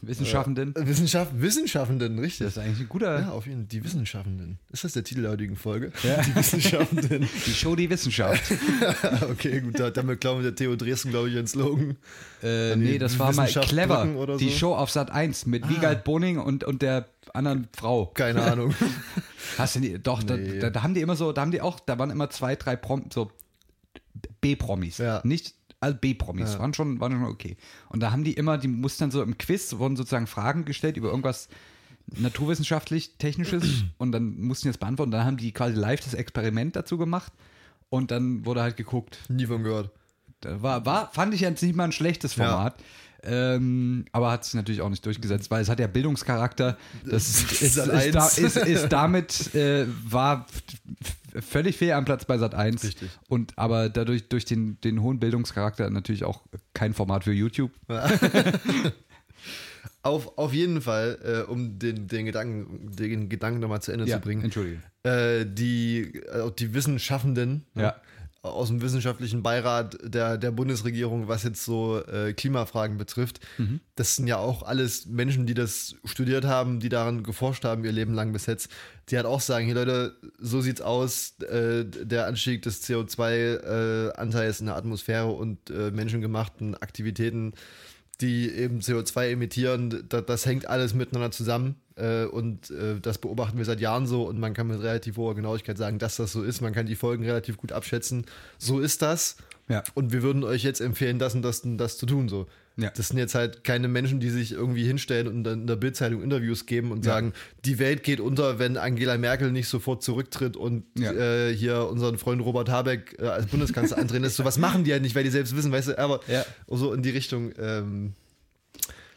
[SPEAKER 2] Wissenschaftenden.
[SPEAKER 3] äh, Wissenschaft, Wissenschaftenden, richtig.
[SPEAKER 2] Das ist eigentlich ein guter.
[SPEAKER 3] ja, auf jeden Fall. Die Wissenschaftenden. Ist das der Titel der heutigen Folge?
[SPEAKER 2] Ja.
[SPEAKER 3] Die Wissenschaftenden.
[SPEAKER 2] Die Show, die Wissenschaft.
[SPEAKER 3] okay, gut, da- damit glauben der Theo Dresden, glaube ich, einen Slogan.
[SPEAKER 2] äh,
[SPEAKER 3] An die
[SPEAKER 2] nee, das war mal
[SPEAKER 3] Wissenschaft
[SPEAKER 2] clever.
[SPEAKER 3] drücken oder
[SPEAKER 2] Die
[SPEAKER 3] so. Ah.
[SPEAKER 2] Show auf Sat 1 mit Wiegald Boning und, und der anderen Frau.
[SPEAKER 3] Keine Ahnung.
[SPEAKER 2] Hast du die, doch, da,
[SPEAKER 3] Nee.
[SPEAKER 2] da, da haben die immer so, da haben die auch, da waren immer zwei, drei Prom, so B-Promis.
[SPEAKER 3] Ja.
[SPEAKER 2] Nicht, also B-Promis, waren, schon, waren schon okay. Und da haben die immer, die mussten dann so im Quiz, wurden sozusagen Fragen gestellt über irgendwas naturwissenschaftlich-technisches und dann mussten die das beantworten. Dann haben die quasi live das Experiment dazu gemacht und dann wurde halt geguckt.
[SPEAKER 3] Nie von gehört.
[SPEAKER 2] Da War, war, fand ich jetzt nicht mal ein schlechtes
[SPEAKER 3] Ja.
[SPEAKER 2] Format. Ähm, aber hat sich natürlich auch nicht durchgesetzt, weil es hat ja Bildungscharakter. Das ist, ist,
[SPEAKER 3] Sat.1.
[SPEAKER 2] da, ist, ist damit äh, war f- f- völlig fehl am Platz bei Sat 1.
[SPEAKER 3] Richtig.
[SPEAKER 2] Und aber dadurch, durch den, den hohen Bildungscharakter natürlich auch kein Format für YouTube.
[SPEAKER 3] Auf, auf jeden Fall, äh, um den, den Gedanken, den Gedanken nochmal zu Ende zu bringen,
[SPEAKER 2] Entschuldige.
[SPEAKER 3] äh, die, äh, die Wissenschaftenden ne,
[SPEAKER 2] Ja.
[SPEAKER 3] aus dem wissenschaftlichen Beirat der, der Bundesregierung, was jetzt so äh, Klimafragen betrifft,
[SPEAKER 2] Mhm.
[SPEAKER 3] das sind ja auch alles Menschen, die das studiert haben, die daran geforscht haben, ihr Leben lang bis jetzt, die halt auch sagen, hier Leute, so sieht's aus, äh, der Anstieg des CO2-Anteils äh, in der Atmosphäre und äh, menschengemachten Aktivitäten die eben CO2 emittieren, das, das hängt alles miteinander zusammen. Äh, und äh, das beobachten wir seit Jahren so und man kann mit relativ hoher Genauigkeit sagen, dass das so ist. Man kann die Folgen relativ gut abschätzen. So ist das.
[SPEAKER 2] Ja.
[SPEAKER 3] Und wir würden euch jetzt empfehlen, das und das und das zu tun. So.
[SPEAKER 2] Ja.
[SPEAKER 3] Das sind jetzt halt keine Menschen, die sich irgendwie hinstellen und dann in der Bildzeitung Interviews geben und sagen, die Welt geht unter, wenn Angela Merkel nicht sofort zurücktritt und
[SPEAKER 2] Ja.
[SPEAKER 3] äh, hier unseren Freund Robert Habeck äh, als Bundeskanzler antreten lässt. So was machen die ja nicht, weil die selbst wissen, weißt du, aber
[SPEAKER 2] Ja.
[SPEAKER 3] so in die Richtung ähm,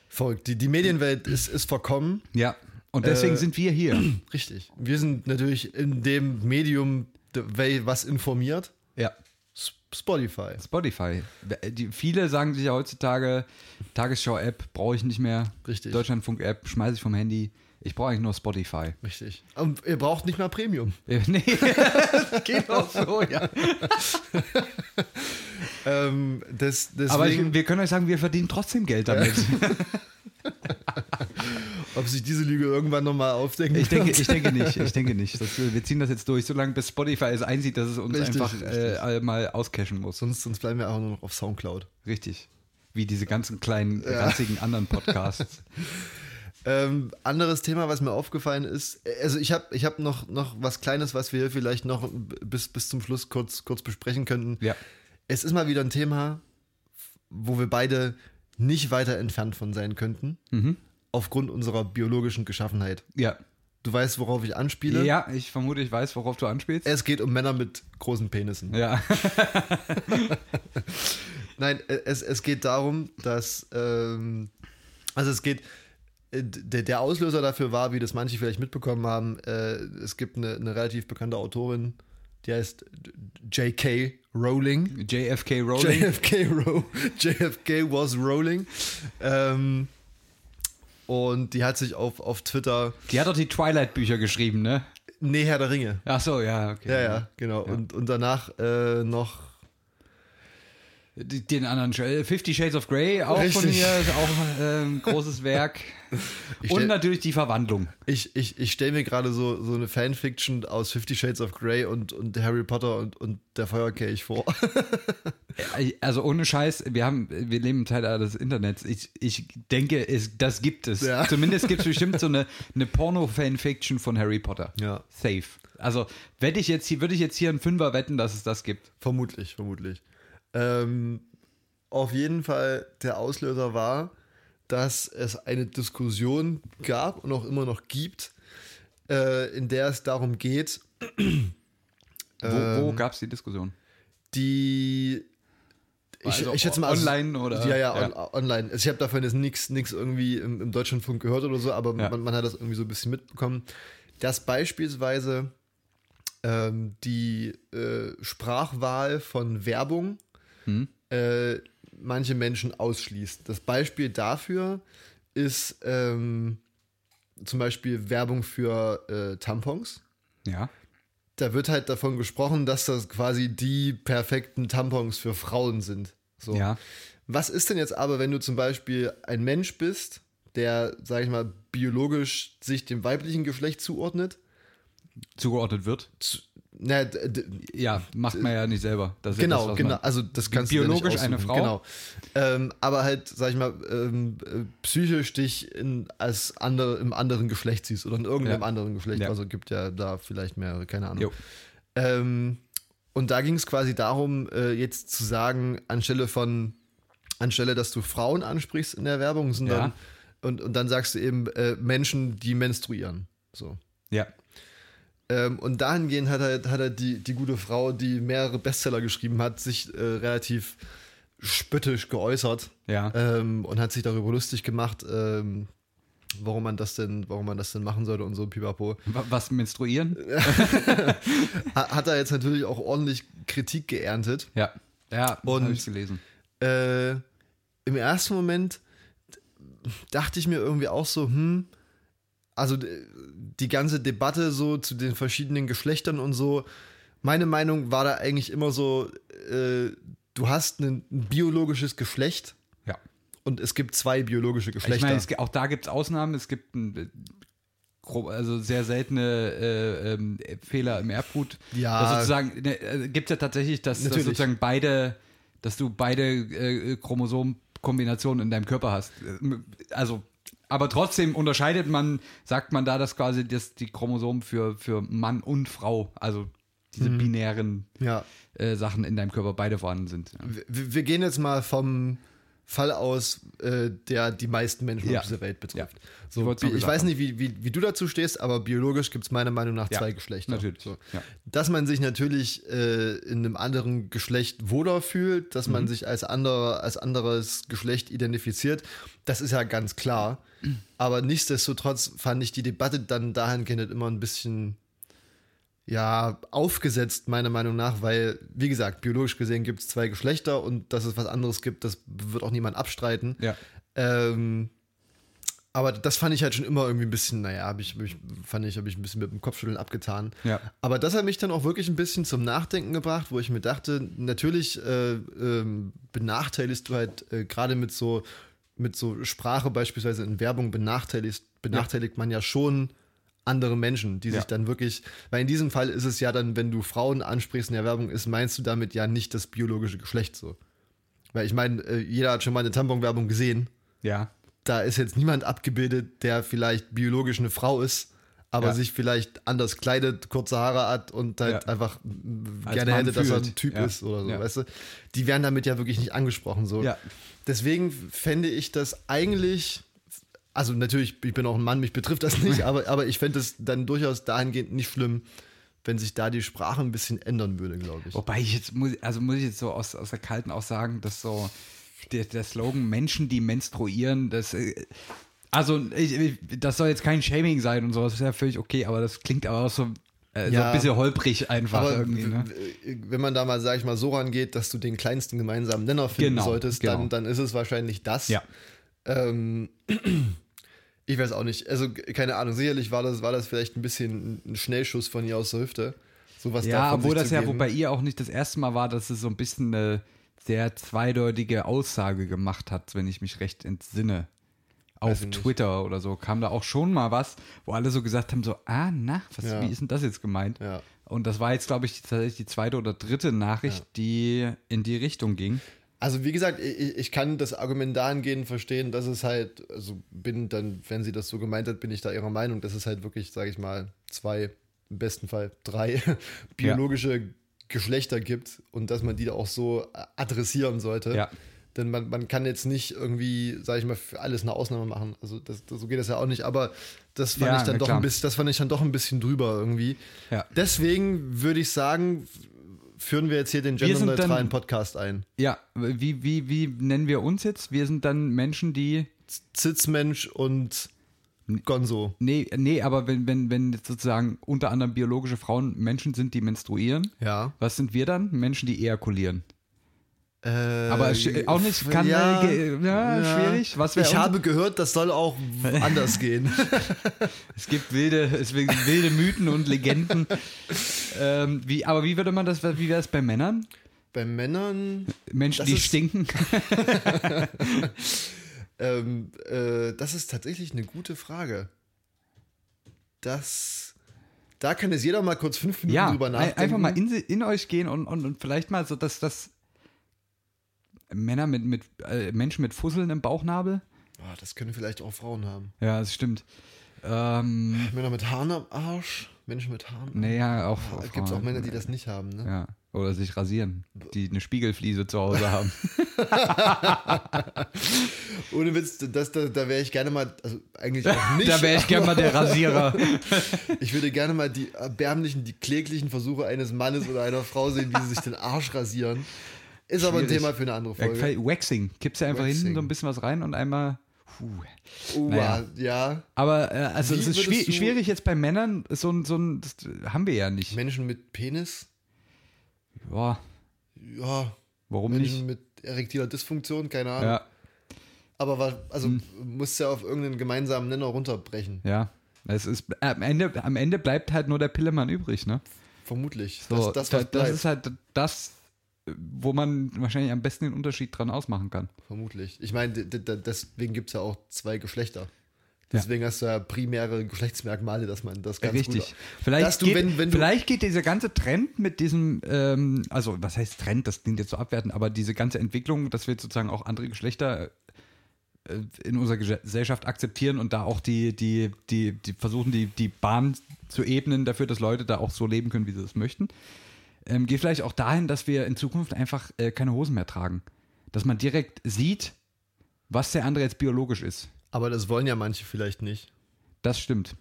[SPEAKER 3] verrückt. Die, die Medienwelt ist, ist verkommen.
[SPEAKER 2] Ja. Und deswegen
[SPEAKER 3] Äh,
[SPEAKER 2] sind wir hier.
[SPEAKER 3] Richtig. Wir sind natürlich in dem Medium, de- wel- was informiert.
[SPEAKER 2] ja.
[SPEAKER 3] S- Spotify.
[SPEAKER 2] Spotify. Die, viele sagen sich ja heutzutage, Tagesschau-App brauche ich nicht mehr.
[SPEAKER 3] Richtig.
[SPEAKER 2] Deutschlandfunk-App schmeiße ich vom Handy. Ich brauche eigentlich nur Spotify.
[SPEAKER 3] Richtig. Und ihr braucht nicht mal Premium.
[SPEAKER 2] Äh, nee, geht auch so, ja.
[SPEAKER 3] Ähm, das,
[SPEAKER 2] Aber
[SPEAKER 3] deswegen,
[SPEAKER 2] ich, wir können euch sagen, wir verdienen trotzdem Geld damit.
[SPEAKER 3] ob sich diese Lüge irgendwann nochmal aufdenken
[SPEAKER 2] Ich denke,
[SPEAKER 3] wird.
[SPEAKER 2] ich denke nicht, ich denke nicht. Das, äh, wir ziehen das jetzt durch, solange bis Spotify es einsieht, dass es uns
[SPEAKER 3] Richtig,
[SPEAKER 2] einfach
[SPEAKER 3] richtig.
[SPEAKER 2] Äh, äh, mal auscashen muss.
[SPEAKER 3] Sonst, sonst bleiben wir auch nur noch auf Soundcloud.
[SPEAKER 2] Richtig. Wie diese ganzen kleinen, ranzigen anderen Podcasts.
[SPEAKER 3] Ähm, anderes Thema, was mir aufgefallen ist, äh, also ich habe ich hab noch, noch was Kleines, was wir hier vielleicht noch b- bis, bis zum Schluss kurz, kurz besprechen könnten.
[SPEAKER 2] Ja.
[SPEAKER 3] Es ist mal wieder ein Thema, wo wir beide nicht weiter entfernt von sein könnten,
[SPEAKER 2] Mhm.
[SPEAKER 3] aufgrund unserer biologischen Geschaffenheit.
[SPEAKER 2] Ja.
[SPEAKER 3] Du weißt, worauf ich anspiele.
[SPEAKER 2] ja, ich vermute, ich weiß, worauf du anspielst.
[SPEAKER 3] Es geht um Männer mit großen Penissen.
[SPEAKER 2] Ja.
[SPEAKER 3] Nein, äh, es, es geht darum, dass. Ähm, also, es geht. äh, Der, der Auslöser dafür war, wie das manche vielleicht mitbekommen haben, äh, es gibt eine, eine relativ bekannte Autorin, die heißt J.K. Rowling.
[SPEAKER 2] JFK Rowling.
[SPEAKER 3] JFK, Row, JFK was Rowling. Ähm, und die hat sich auf, auf Twitter.
[SPEAKER 2] Die hat doch die Twilight-Bücher geschrieben, ne?
[SPEAKER 3] Nee, Herr der Ringe.
[SPEAKER 2] Ach so, ja, okay.
[SPEAKER 3] Ja, ja, genau. Und, und danach äh, noch
[SPEAKER 2] Die- Den anderen, Sch- äh, Fifty Shades of Grey, auch von
[SPEAKER 3] Richtig.
[SPEAKER 2] ihr, ist auch äh, ein großes Werk.
[SPEAKER 3] Ich
[SPEAKER 2] Und
[SPEAKER 3] stell-
[SPEAKER 2] natürlich die Verwandlung.
[SPEAKER 3] Ich, ich, ich stelle mir gerade so, so eine Fanfiction aus Fifty Shades of Grey und, und Harry Potter und, und der Feuerkelch vor.
[SPEAKER 2] Also ohne Scheiß, wir haben, wir leben im Zeitalter des Internets. Ich, ich denke, es, das gibt es.
[SPEAKER 3] Ja.
[SPEAKER 2] Zumindest gibt es bestimmt so eine, eine Porno-Fanfiction von Harry Potter.
[SPEAKER 3] Ja.
[SPEAKER 2] Safe. Also wette ich jetzt hier, würde ich jetzt hier einen Fünfer wetten, dass es das gibt.
[SPEAKER 3] vermutlich, vermutlich. Ähm, auf jeden Fall, der Auslöser war, dass es eine Diskussion gab und auch immer noch gibt, äh, in der es darum geht,
[SPEAKER 2] Wo,
[SPEAKER 3] Ähm,
[SPEAKER 2] wo gab es die Diskussion?
[SPEAKER 3] die. Ich,
[SPEAKER 2] Also
[SPEAKER 3] ich schätze mal,
[SPEAKER 2] online oder-
[SPEAKER 3] Ja, ja,
[SPEAKER 2] ja.
[SPEAKER 3] on, online. Also ich habe davon jetzt nichts nix irgendwie im, im Deutschlandfunk gehört oder so, aber
[SPEAKER 2] Ja.
[SPEAKER 3] man, man hat das irgendwie so ein bisschen mitbekommen, dass beispielsweise ähm, die äh, Sprachwahl von Werbung
[SPEAKER 2] Hm?
[SPEAKER 3] äh, manche Menschen ausschließt. Das Beispiel dafür ist ähm, zum Beispiel Werbung für äh, Tampons
[SPEAKER 2] Ja.
[SPEAKER 3] da wird halt davon gesprochen, dass das quasi die perfekten Tampons für Frauen sind. So.
[SPEAKER 2] Ja.
[SPEAKER 3] Was ist denn jetzt aber, wenn du zum Beispiel ein Mensch bist, der, sag ich mal, biologisch sich dem weiblichen Geschlecht zuordnet?
[SPEAKER 2] Zugeordnet wird.
[SPEAKER 3] Zu, na, d- d-
[SPEAKER 2] Ja, macht man ja nicht selber. Das ist ja
[SPEAKER 3] genau,
[SPEAKER 2] das, was
[SPEAKER 3] genau.
[SPEAKER 2] man-
[SPEAKER 3] Also das kannst du dir
[SPEAKER 2] biologisch
[SPEAKER 3] nicht
[SPEAKER 2] eine
[SPEAKER 3] aussuchen,
[SPEAKER 2] Frau?
[SPEAKER 3] Genau. Ähm, aber halt, sag ich mal, ähm, äh, psychisch dich in, als andere, im anderen Geschlecht siehst oder in irgendeinem
[SPEAKER 2] Ja.
[SPEAKER 3] anderen Geschlecht.
[SPEAKER 2] Ja.
[SPEAKER 3] Also gibt ja da vielleicht mehr, keine Ahnung.
[SPEAKER 2] Jo.
[SPEAKER 3] Ähm, und da ging es quasi darum, äh, jetzt zu sagen, anstelle von, anstelle, dass du Frauen ansprichst in der Werbung, sondern
[SPEAKER 2] Ja.
[SPEAKER 3] und, und dann sagst du eben äh, Menschen, die menstruieren. So.
[SPEAKER 2] Ja.
[SPEAKER 3] Ähm, und dahingehend hat halt, hat halt die, die gute Frau, die mehrere Bestseller geschrieben hat, sich äh, relativ spöttisch geäußert
[SPEAKER 2] Ja.
[SPEAKER 3] Äh. ähm, und hat sich darüber lustig gemacht, ähm, warum man das denn, warum man das denn machen sollte und so Pipapo.
[SPEAKER 2] Wa- Was menstruieren?
[SPEAKER 3] Äh. Ha- Hat er jetzt natürlich auch ordentlich Kritik geerntet.
[SPEAKER 2] Ja. Ja,
[SPEAKER 3] Und-
[SPEAKER 2] habe ich gelesen.
[SPEAKER 3] äh, im ersten Moment dachte ich mir irgendwie auch so, hm, also d- die ganze Debatte so zu den verschiedenen Geschlechtern und so, meine Meinung war da eigentlich immer so, äh, du hast ein, ein biologisches Geschlecht
[SPEAKER 2] Ja.
[SPEAKER 3] und es gibt zwei biologische Geschlechter.
[SPEAKER 2] Ich meine, es, gi- auch da gibt es Ausnahmen. Es gibt ein, äh, grob- also sehr seltene äh, ähm, Fehler im Erbgut.
[SPEAKER 3] Ja.
[SPEAKER 2] Also sozusagen ne, äh, gibt es ja tatsächlich, dass, dass
[SPEAKER 3] Natürlich.
[SPEAKER 2] sozusagen beide, dass du beide äh, Chromosomenkombinationen in deinem Körper hast. Äh, Also aber trotzdem unterscheidet man, sagt man da, dass quasi das, die Chromosomen für, für Mann und Frau, also diese
[SPEAKER 3] Mhm.
[SPEAKER 2] binären
[SPEAKER 3] ja.
[SPEAKER 2] äh, Sachen in deinem Körper beide vorhanden sind. Ja.
[SPEAKER 3] wir, wir gehen jetzt mal vom Fall aus, äh, der die meisten Menschen
[SPEAKER 2] Ja.
[SPEAKER 3] auf dieser Welt betrifft.
[SPEAKER 2] Ja. Ich
[SPEAKER 3] So,
[SPEAKER 2] wollt's
[SPEAKER 3] ich,
[SPEAKER 2] nur
[SPEAKER 3] ich
[SPEAKER 2] gesagt
[SPEAKER 3] weiß nicht, wie, wie, wie du dazu stehst, aber biologisch gibt es meiner Meinung nach
[SPEAKER 2] Ja,
[SPEAKER 3] zwei Geschlechter.
[SPEAKER 2] Natürlich.
[SPEAKER 3] So.
[SPEAKER 2] Ja.
[SPEAKER 3] Dass man sich natürlich äh, in einem anderen Geschlecht wohler fühlt, dass man sich als, andere, als anderes Geschlecht identifiziert, das ist ja ganz klar. Aber nichtsdestotrotz fand ich die Debatte dann dahingehend immer ein bisschen ja, aufgesetzt, meiner Meinung nach, weil, wie gesagt, biologisch gesehen gibt es zwei Geschlechter und dass es was anderes gibt, das wird auch niemand abstreiten.
[SPEAKER 2] ja.
[SPEAKER 3] Ähm, aber das fand ich halt schon immer irgendwie ein bisschen, naja, hab ich, hab ich, fand ich, habe ich ein bisschen mit dem Kopfschütteln abgetan.
[SPEAKER 2] Ja.
[SPEAKER 3] Aber das hat mich dann auch wirklich ein bisschen zum Nachdenken gebracht, wo ich mir dachte, natürlich äh, ähm, benachteiligst du halt äh, gerade mit so, mit so Sprache beispielsweise in Werbung benachteiligst, benachteiligt man ja schon andere Menschen, die
[SPEAKER 2] Ja.
[SPEAKER 3] sich dann wirklich, weil in diesem Fall ist es ja dann, wenn du Frauen ansprichst in der Werbung, ist meinst du damit ja nicht das biologische Geschlecht so. Weil ich meine, äh, jeder hat schon mal eine Tamponwerbung gesehen
[SPEAKER 2] ja.
[SPEAKER 3] da ist jetzt niemand abgebildet, der vielleicht biologisch eine Frau ist, aber
[SPEAKER 2] Ja.
[SPEAKER 3] sich vielleicht anders kleidet, kurze Haare hat und halt
[SPEAKER 2] Ja.
[SPEAKER 3] einfach mm,
[SPEAKER 2] Als
[SPEAKER 3] gerne
[SPEAKER 2] Mann
[SPEAKER 3] hätte, dass er
[SPEAKER 2] fühlt.
[SPEAKER 3] ein Typ
[SPEAKER 2] Ja.
[SPEAKER 3] ist oder so,
[SPEAKER 2] Ja.
[SPEAKER 3] weißt du? Die werden damit ja wirklich nicht angesprochen so.
[SPEAKER 2] Ja.
[SPEAKER 3] Deswegen fände ich das eigentlich also natürlich, ich bin auch ein Mann, mich betrifft das nicht, aber, aber ich fände es dann durchaus dahingehend nicht schlimm, wenn sich da die Sprache ein bisschen ändern würde, glaube ich.
[SPEAKER 2] Wobei ich jetzt muss, also muss ich jetzt so aus, aus der Kalten auch sagen, dass so der, der Slogan Menschen, die menstruieren, das äh, also ich, ich, das soll jetzt kein Shaming sein und sowas, ist ja völlig okay, aber das klingt aber auch so, äh, so
[SPEAKER 3] Ja.
[SPEAKER 2] ein bisschen holprig einfach
[SPEAKER 3] Aber
[SPEAKER 2] irgendwie, ne?
[SPEAKER 3] w- w- wenn man da mal, sag ich mal, so rangeht, dass du den kleinsten gemeinsamen Nenner finden
[SPEAKER 2] Genau,
[SPEAKER 3] solltest,
[SPEAKER 2] genau.
[SPEAKER 3] Dann, dann ist es wahrscheinlich das. Ähm, ich weiß auch nicht. Also, g- keine Ahnung. Sicherlich war das, war das vielleicht ein bisschen ein Schnellschuss von ihr aus der Hüfte. Sowas
[SPEAKER 2] Ja,
[SPEAKER 3] da von
[SPEAKER 2] obwohl
[SPEAKER 3] sich
[SPEAKER 2] das
[SPEAKER 3] zu
[SPEAKER 2] ja
[SPEAKER 3] geben.
[SPEAKER 2] wobei ihr auch nicht das erste Mal war, dass es so ein bisschen eine sehr zweideutige Aussage gemacht hat, wenn ich mich recht entsinne. Auf
[SPEAKER 3] ich nicht.
[SPEAKER 2] Twitter oder so kam da auch schon mal was, wo alle so gesagt haben: so, ah, na, was,
[SPEAKER 3] Ja.
[SPEAKER 2] wie ist denn das jetzt gemeint?
[SPEAKER 3] Ja.
[SPEAKER 2] Und das war jetzt, glaube ich, tatsächlich die zweite oder dritte Nachricht, die in die Richtung ging.
[SPEAKER 3] Also, wie gesagt, ich, ich- ich kann das Argument dahingehend verstehen, dass es halt, also bin dann, wenn sie das so gemeint hat, bin ich da ihrer Meinung, dass es halt wirklich, sage ich mal, zwei, im besten Fall drei biologische Geschlechter gibt und dass man die da auch so äh, adressieren sollte.
[SPEAKER 2] Ja.
[SPEAKER 3] Denn man, man kann jetzt nicht irgendwie, sage ich mal, für alles eine Ausnahme machen. Also das, das, so geht das ja auch nicht. Aber das fand
[SPEAKER 2] Ja,
[SPEAKER 3] ich dann
[SPEAKER 2] na
[SPEAKER 3] doch
[SPEAKER 2] klar.
[SPEAKER 3] ein bisschen, das fand ich dann doch ein bisschen drüber irgendwie.
[SPEAKER 2] Ja.
[SPEAKER 3] Deswegen würde ich sagen, führen wir jetzt hier den
[SPEAKER 2] sind
[SPEAKER 3] genderneutralen
[SPEAKER 2] dann-
[SPEAKER 3] Podcast ein.
[SPEAKER 2] Ja, wie, wie, wie nennen wir uns jetzt? Wir sind dann Menschen, die.
[SPEAKER 3] Cis-Mensch und Gonzo.
[SPEAKER 2] Nee, nee, aber wenn, wenn, wenn jetzt sozusagen unter anderem biologische Frauen Menschen sind, die menstruieren,
[SPEAKER 3] Ja.
[SPEAKER 2] was sind wir dann? Menschen, die ejakulieren.
[SPEAKER 3] Äh,
[SPEAKER 2] Aber sch- auch nicht, kann ja, ja, schwierig. Was wär
[SPEAKER 3] ich
[SPEAKER 2] unser-
[SPEAKER 3] habe gehört, das soll auch anders gehen.
[SPEAKER 2] Es gibt wilde, es gibt wilde Mythen und Legenden. ähm, wie, aber wie würde man das, wie wäre es bei Männern?
[SPEAKER 3] Bei Männern
[SPEAKER 2] Menschen,
[SPEAKER 3] Das
[SPEAKER 2] die
[SPEAKER 3] ist-
[SPEAKER 2] stinken?
[SPEAKER 3] Ähm, äh, das ist tatsächlich eine gute Frage. Das. Da kann jetzt jeder mal kurz fünf Minuten drüber
[SPEAKER 2] ein-
[SPEAKER 3] nachdenken.
[SPEAKER 2] Einfach mal in, si- in euch gehen und, und, und vielleicht mal so, dass das Männer mit, mit äh, Menschen mit Fusseln im Bauchnabel.
[SPEAKER 3] oh, das können vielleicht auch Frauen haben.
[SPEAKER 2] Ja, das stimmt. Ähm,
[SPEAKER 3] Männer mit Haaren am Arsch. Menschen mit Haaren.
[SPEAKER 2] naja, auch.
[SPEAKER 3] Ah, Gibt es auch Männer, die das nicht haben, ne?
[SPEAKER 2] Ja. Oder sich rasieren, die eine Spiegelfliese zu Hause haben.
[SPEAKER 3] Ohne Witz, das, da, da wäre ich gerne mal, also eigentlich auch nicht.
[SPEAKER 2] da wäre ich gerne mal der Rasierer.
[SPEAKER 3] Ich würde gerne mal die erbärmlichen, die kläglichen Versuche eines Mannes oder einer Frau sehen, wie sie sich den Arsch rasieren. Ist aber ein
[SPEAKER 2] Schwierig.
[SPEAKER 3] Thema für eine andere
[SPEAKER 2] Ja,
[SPEAKER 3] Folge.
[SPEAKER 2] gefällt- Waxing. Kippst du einfach hinten
[SPEAKER 3] Waxing.
[SPEAKER 2] so ein bisschen was rein und einmal. Puh.
[SPEAKER 3] Oh,
[SPEAKER 2] Naja.
[SPEAKER 3] ja.
[SPEAKER 2] Aber äh, also
[SPEAKER 3] Wie
[SPEAKER 2] es ist
[SPEAKER 3] würdest
[SPEAKER 2] schwi-
[SPEAKER 3] du-
[SPEAKER 2] schwierig jetzt bei Männern, so ein, so ein, das haben wir ja nicht.
[SPEAKER 3] Menschen mit Penis?
[SPEAKER 2] Boah,
[SPEAKER 3] Ja.
[SPEAKER 2] warum
[SPEAKER 3] Menschen
[SPEAKER 2] nicht?
[SPEAKER 3] mit erektiler Dysfunktion? Keine Ahnung.
[SPEAKER 2] Ja, Hm.
[SPEAKER 3] Aber wa- also musst ja auf irgendeinen gemeinsamen Nenner runterbrechen.
[SPEAKER 2] ja. Es ist, am, Ende, am Ende bleibt halt nur der Pillemann übrig, ne?
[SPEAKER 3] Vermutlich.
[SPEAKER 2] So,
[SPEAKER 3] das, das,
[SPEAKER 2] da-
[SPEAKER 3] was
[SPEAKER 2] das,
[SPEAKER 3] bleibt.
[SPEAKER 2] ist halt das, wo man wahrscheinlich am besten den Unterschied dran ausmachen kann.
[SPEAKER 3] Vermutlich. Ich meine, d- d- d- deswegen gibt es ja auch zwei Geschlechter. Deswegen hast du ja primäre Geschlechtsmerkmale, dass man das ganz
[SPEAKER 2] Äh, Richtig.
[SPEAKER 3] gut...
[SPEAKER 2] Vielleicht,
[SPEAKER 3] Dass du,
[SPEAKER 2] geht,
[SPEAKER 3] wenn- wenn du-
[SPEAKER 2] vielleicht geht dieser ganze Trend mit diesem, ähm, also was heißt Trend, das klingt jetzt so abwertend, aber diese ganze Entwicklung, dass wir sozusagen auch andere Geschlechter äh, in unserer Ges- Gesellschaft akzeptieren und da auch die, die, die, die versuchen, die, die Bahn zu ebnen dafür, dass Leute da auch so leben können, wie sie es möchten, ähm, geht vielleicht auch dahin, dass wir in Zukunft einfach äh, keine Hosen mehr tragen. Dass man direkt sieht, was der andere jetzt biologisch ist.
[SPEAKER 3] Aber das wollen ja manche vielleicht nicht.
[SPEAKER 2] Das stimmt.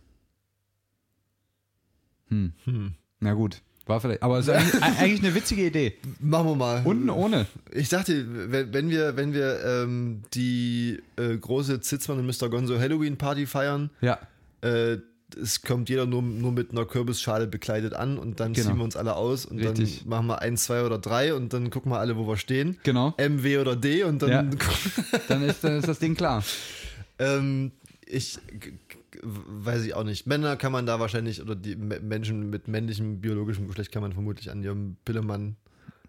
[SPEAKER 2] Hm.
[SPEAKER 3] Hm.
[SPEAKER 2] Na gut, war vielleicht. Aber es ist eigentlich, eigentlich eine witzige Idee.
[SPEAKER 3] Machen wir mal.
[SPEAKER 2] Unten ohne.
[SPEAKER 3] Ich dachte, wenn, wenn wir, wenn wir ähm, die äh, große Zitzmann und Mr. Gonzo Halloween Party feiern,
[SPEAKER 2] Ja,
[SPEAKER 3] äh, es kommt jeder nur, nur mit einer Kürbisschale bekleidet an und dann
[SPEAKER 2] Genau.
[SPEAKER 3] ziehen wir uns alle aus und
[SPEAKER 2] Richtig.
[SPEAKER 3] dann machen wir eins, zwei oder drei und dann gucken wir alle, wo wir stehen.
[SPEAKER 2] genau.
[SPEAKER 3] M, W oder D und dann
[SPEAKER 2] Ja.
[SPEAKER 3] gucken-
[SPEAKER 2] Dann ist, dann ist das Ding klar.
[SPEAKER 3] Ähm, ich g- g- weiß ich auch nicht. Männer kann man da wahrscheinlich, oder die Me- Menschen mit männlichem biologischem Geschlecht kann man vermutlich an ihrem Pillemann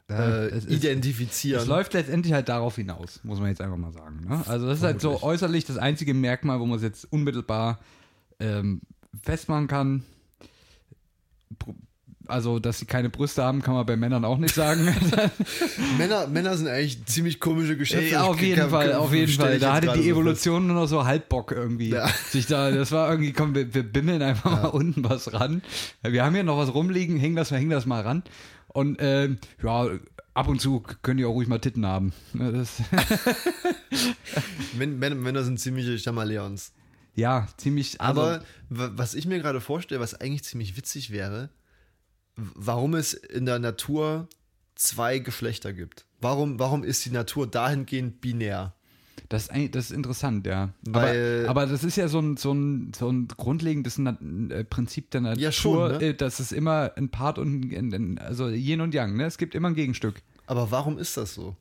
[SPEAKER 3] äh,
[SPEAKER 2] es ist-
[SPEAKER 3] identifizieren.
[SPEAKER 2] Es läuft letztendlich halt darauf hinaus, muss man jetzt einfach mal sagen. Ne? Also das ist halt so
[SPEAKER 3] Vermutlich.
[SPEAKER 2] äußerlich das einzige Merkmal, wo man es jetzt unmittelbar ähm, festmachen kann. Pro- Also, dass sie keine Brüste haben, kann man bei Männern auch nicht sagen.
[SPEAKER 3] Männer, Männer sind eigentlich ziemlich komische Geschöpfe.
[SPEAKER 2] Ja, auf
[SPEAKER 3] Ich
[SPEAKER 2] jeden
[SPEAKER 3] kann-
[SPEAKER 2] Fall,
[SPEAKER 3] kann-
[SPEAKER 2] auf jeden
[SPEAKER 3] stell
[SPEAKER 2] Fall.
[SPEAKER 3] ich
[SPEAKER 2] Da
[SPEAKER 3] jetzt
[SPEAKER 2] hatte
[SPEAKER 3] gerade
[SPEAKER 2] die
[SPEAKER 3] so
[SPEAKER 2] Evolution nur noch so Halbbock irgendwie.
[SPEAKER 3] Ja.
[SPEAKER 2] Sich da, das war irgendwie, komm, wir, wir bimmeln einfach mal unten was ran. Wir haben hier noch was rumliegen, häng das mal, häng das mal ran. Und ähm, ja, ab und zu können die auch ruhig mal Titten haben. Ne, Das,
[SPEAKER 3] fest. Män- Männer, Männer sind ziemliche Chamaleons.
[SPEAKER 2] ja, ziemlich. also-
[SPEAKER 3] Aber wa- was ich mir gerade vorstelle, was eigentlich ziemlich witzig wäre, w- warum es in der Natur zwei Geschlechter gibt. Warum, warum ist die Natur dahingehend binär?
[SPEAKER 2] Das ist, eigentlich- das ist interessant, ja.
[SPEAKER 3] Weil-
[SPEAKER 2] aber, aber das ist ja so ein, so ein, so ein grundlegendes Na äh, Prinzip der Natur,
[SPEAKER 3] schon, ne?
[SPEAKER 2] äh, dass es immer ein Part und ein, ein, also Yin und Yang, ne? Es gibt immer ein Gegenstück.
[SPEAKER 3] Aber warum ist das so?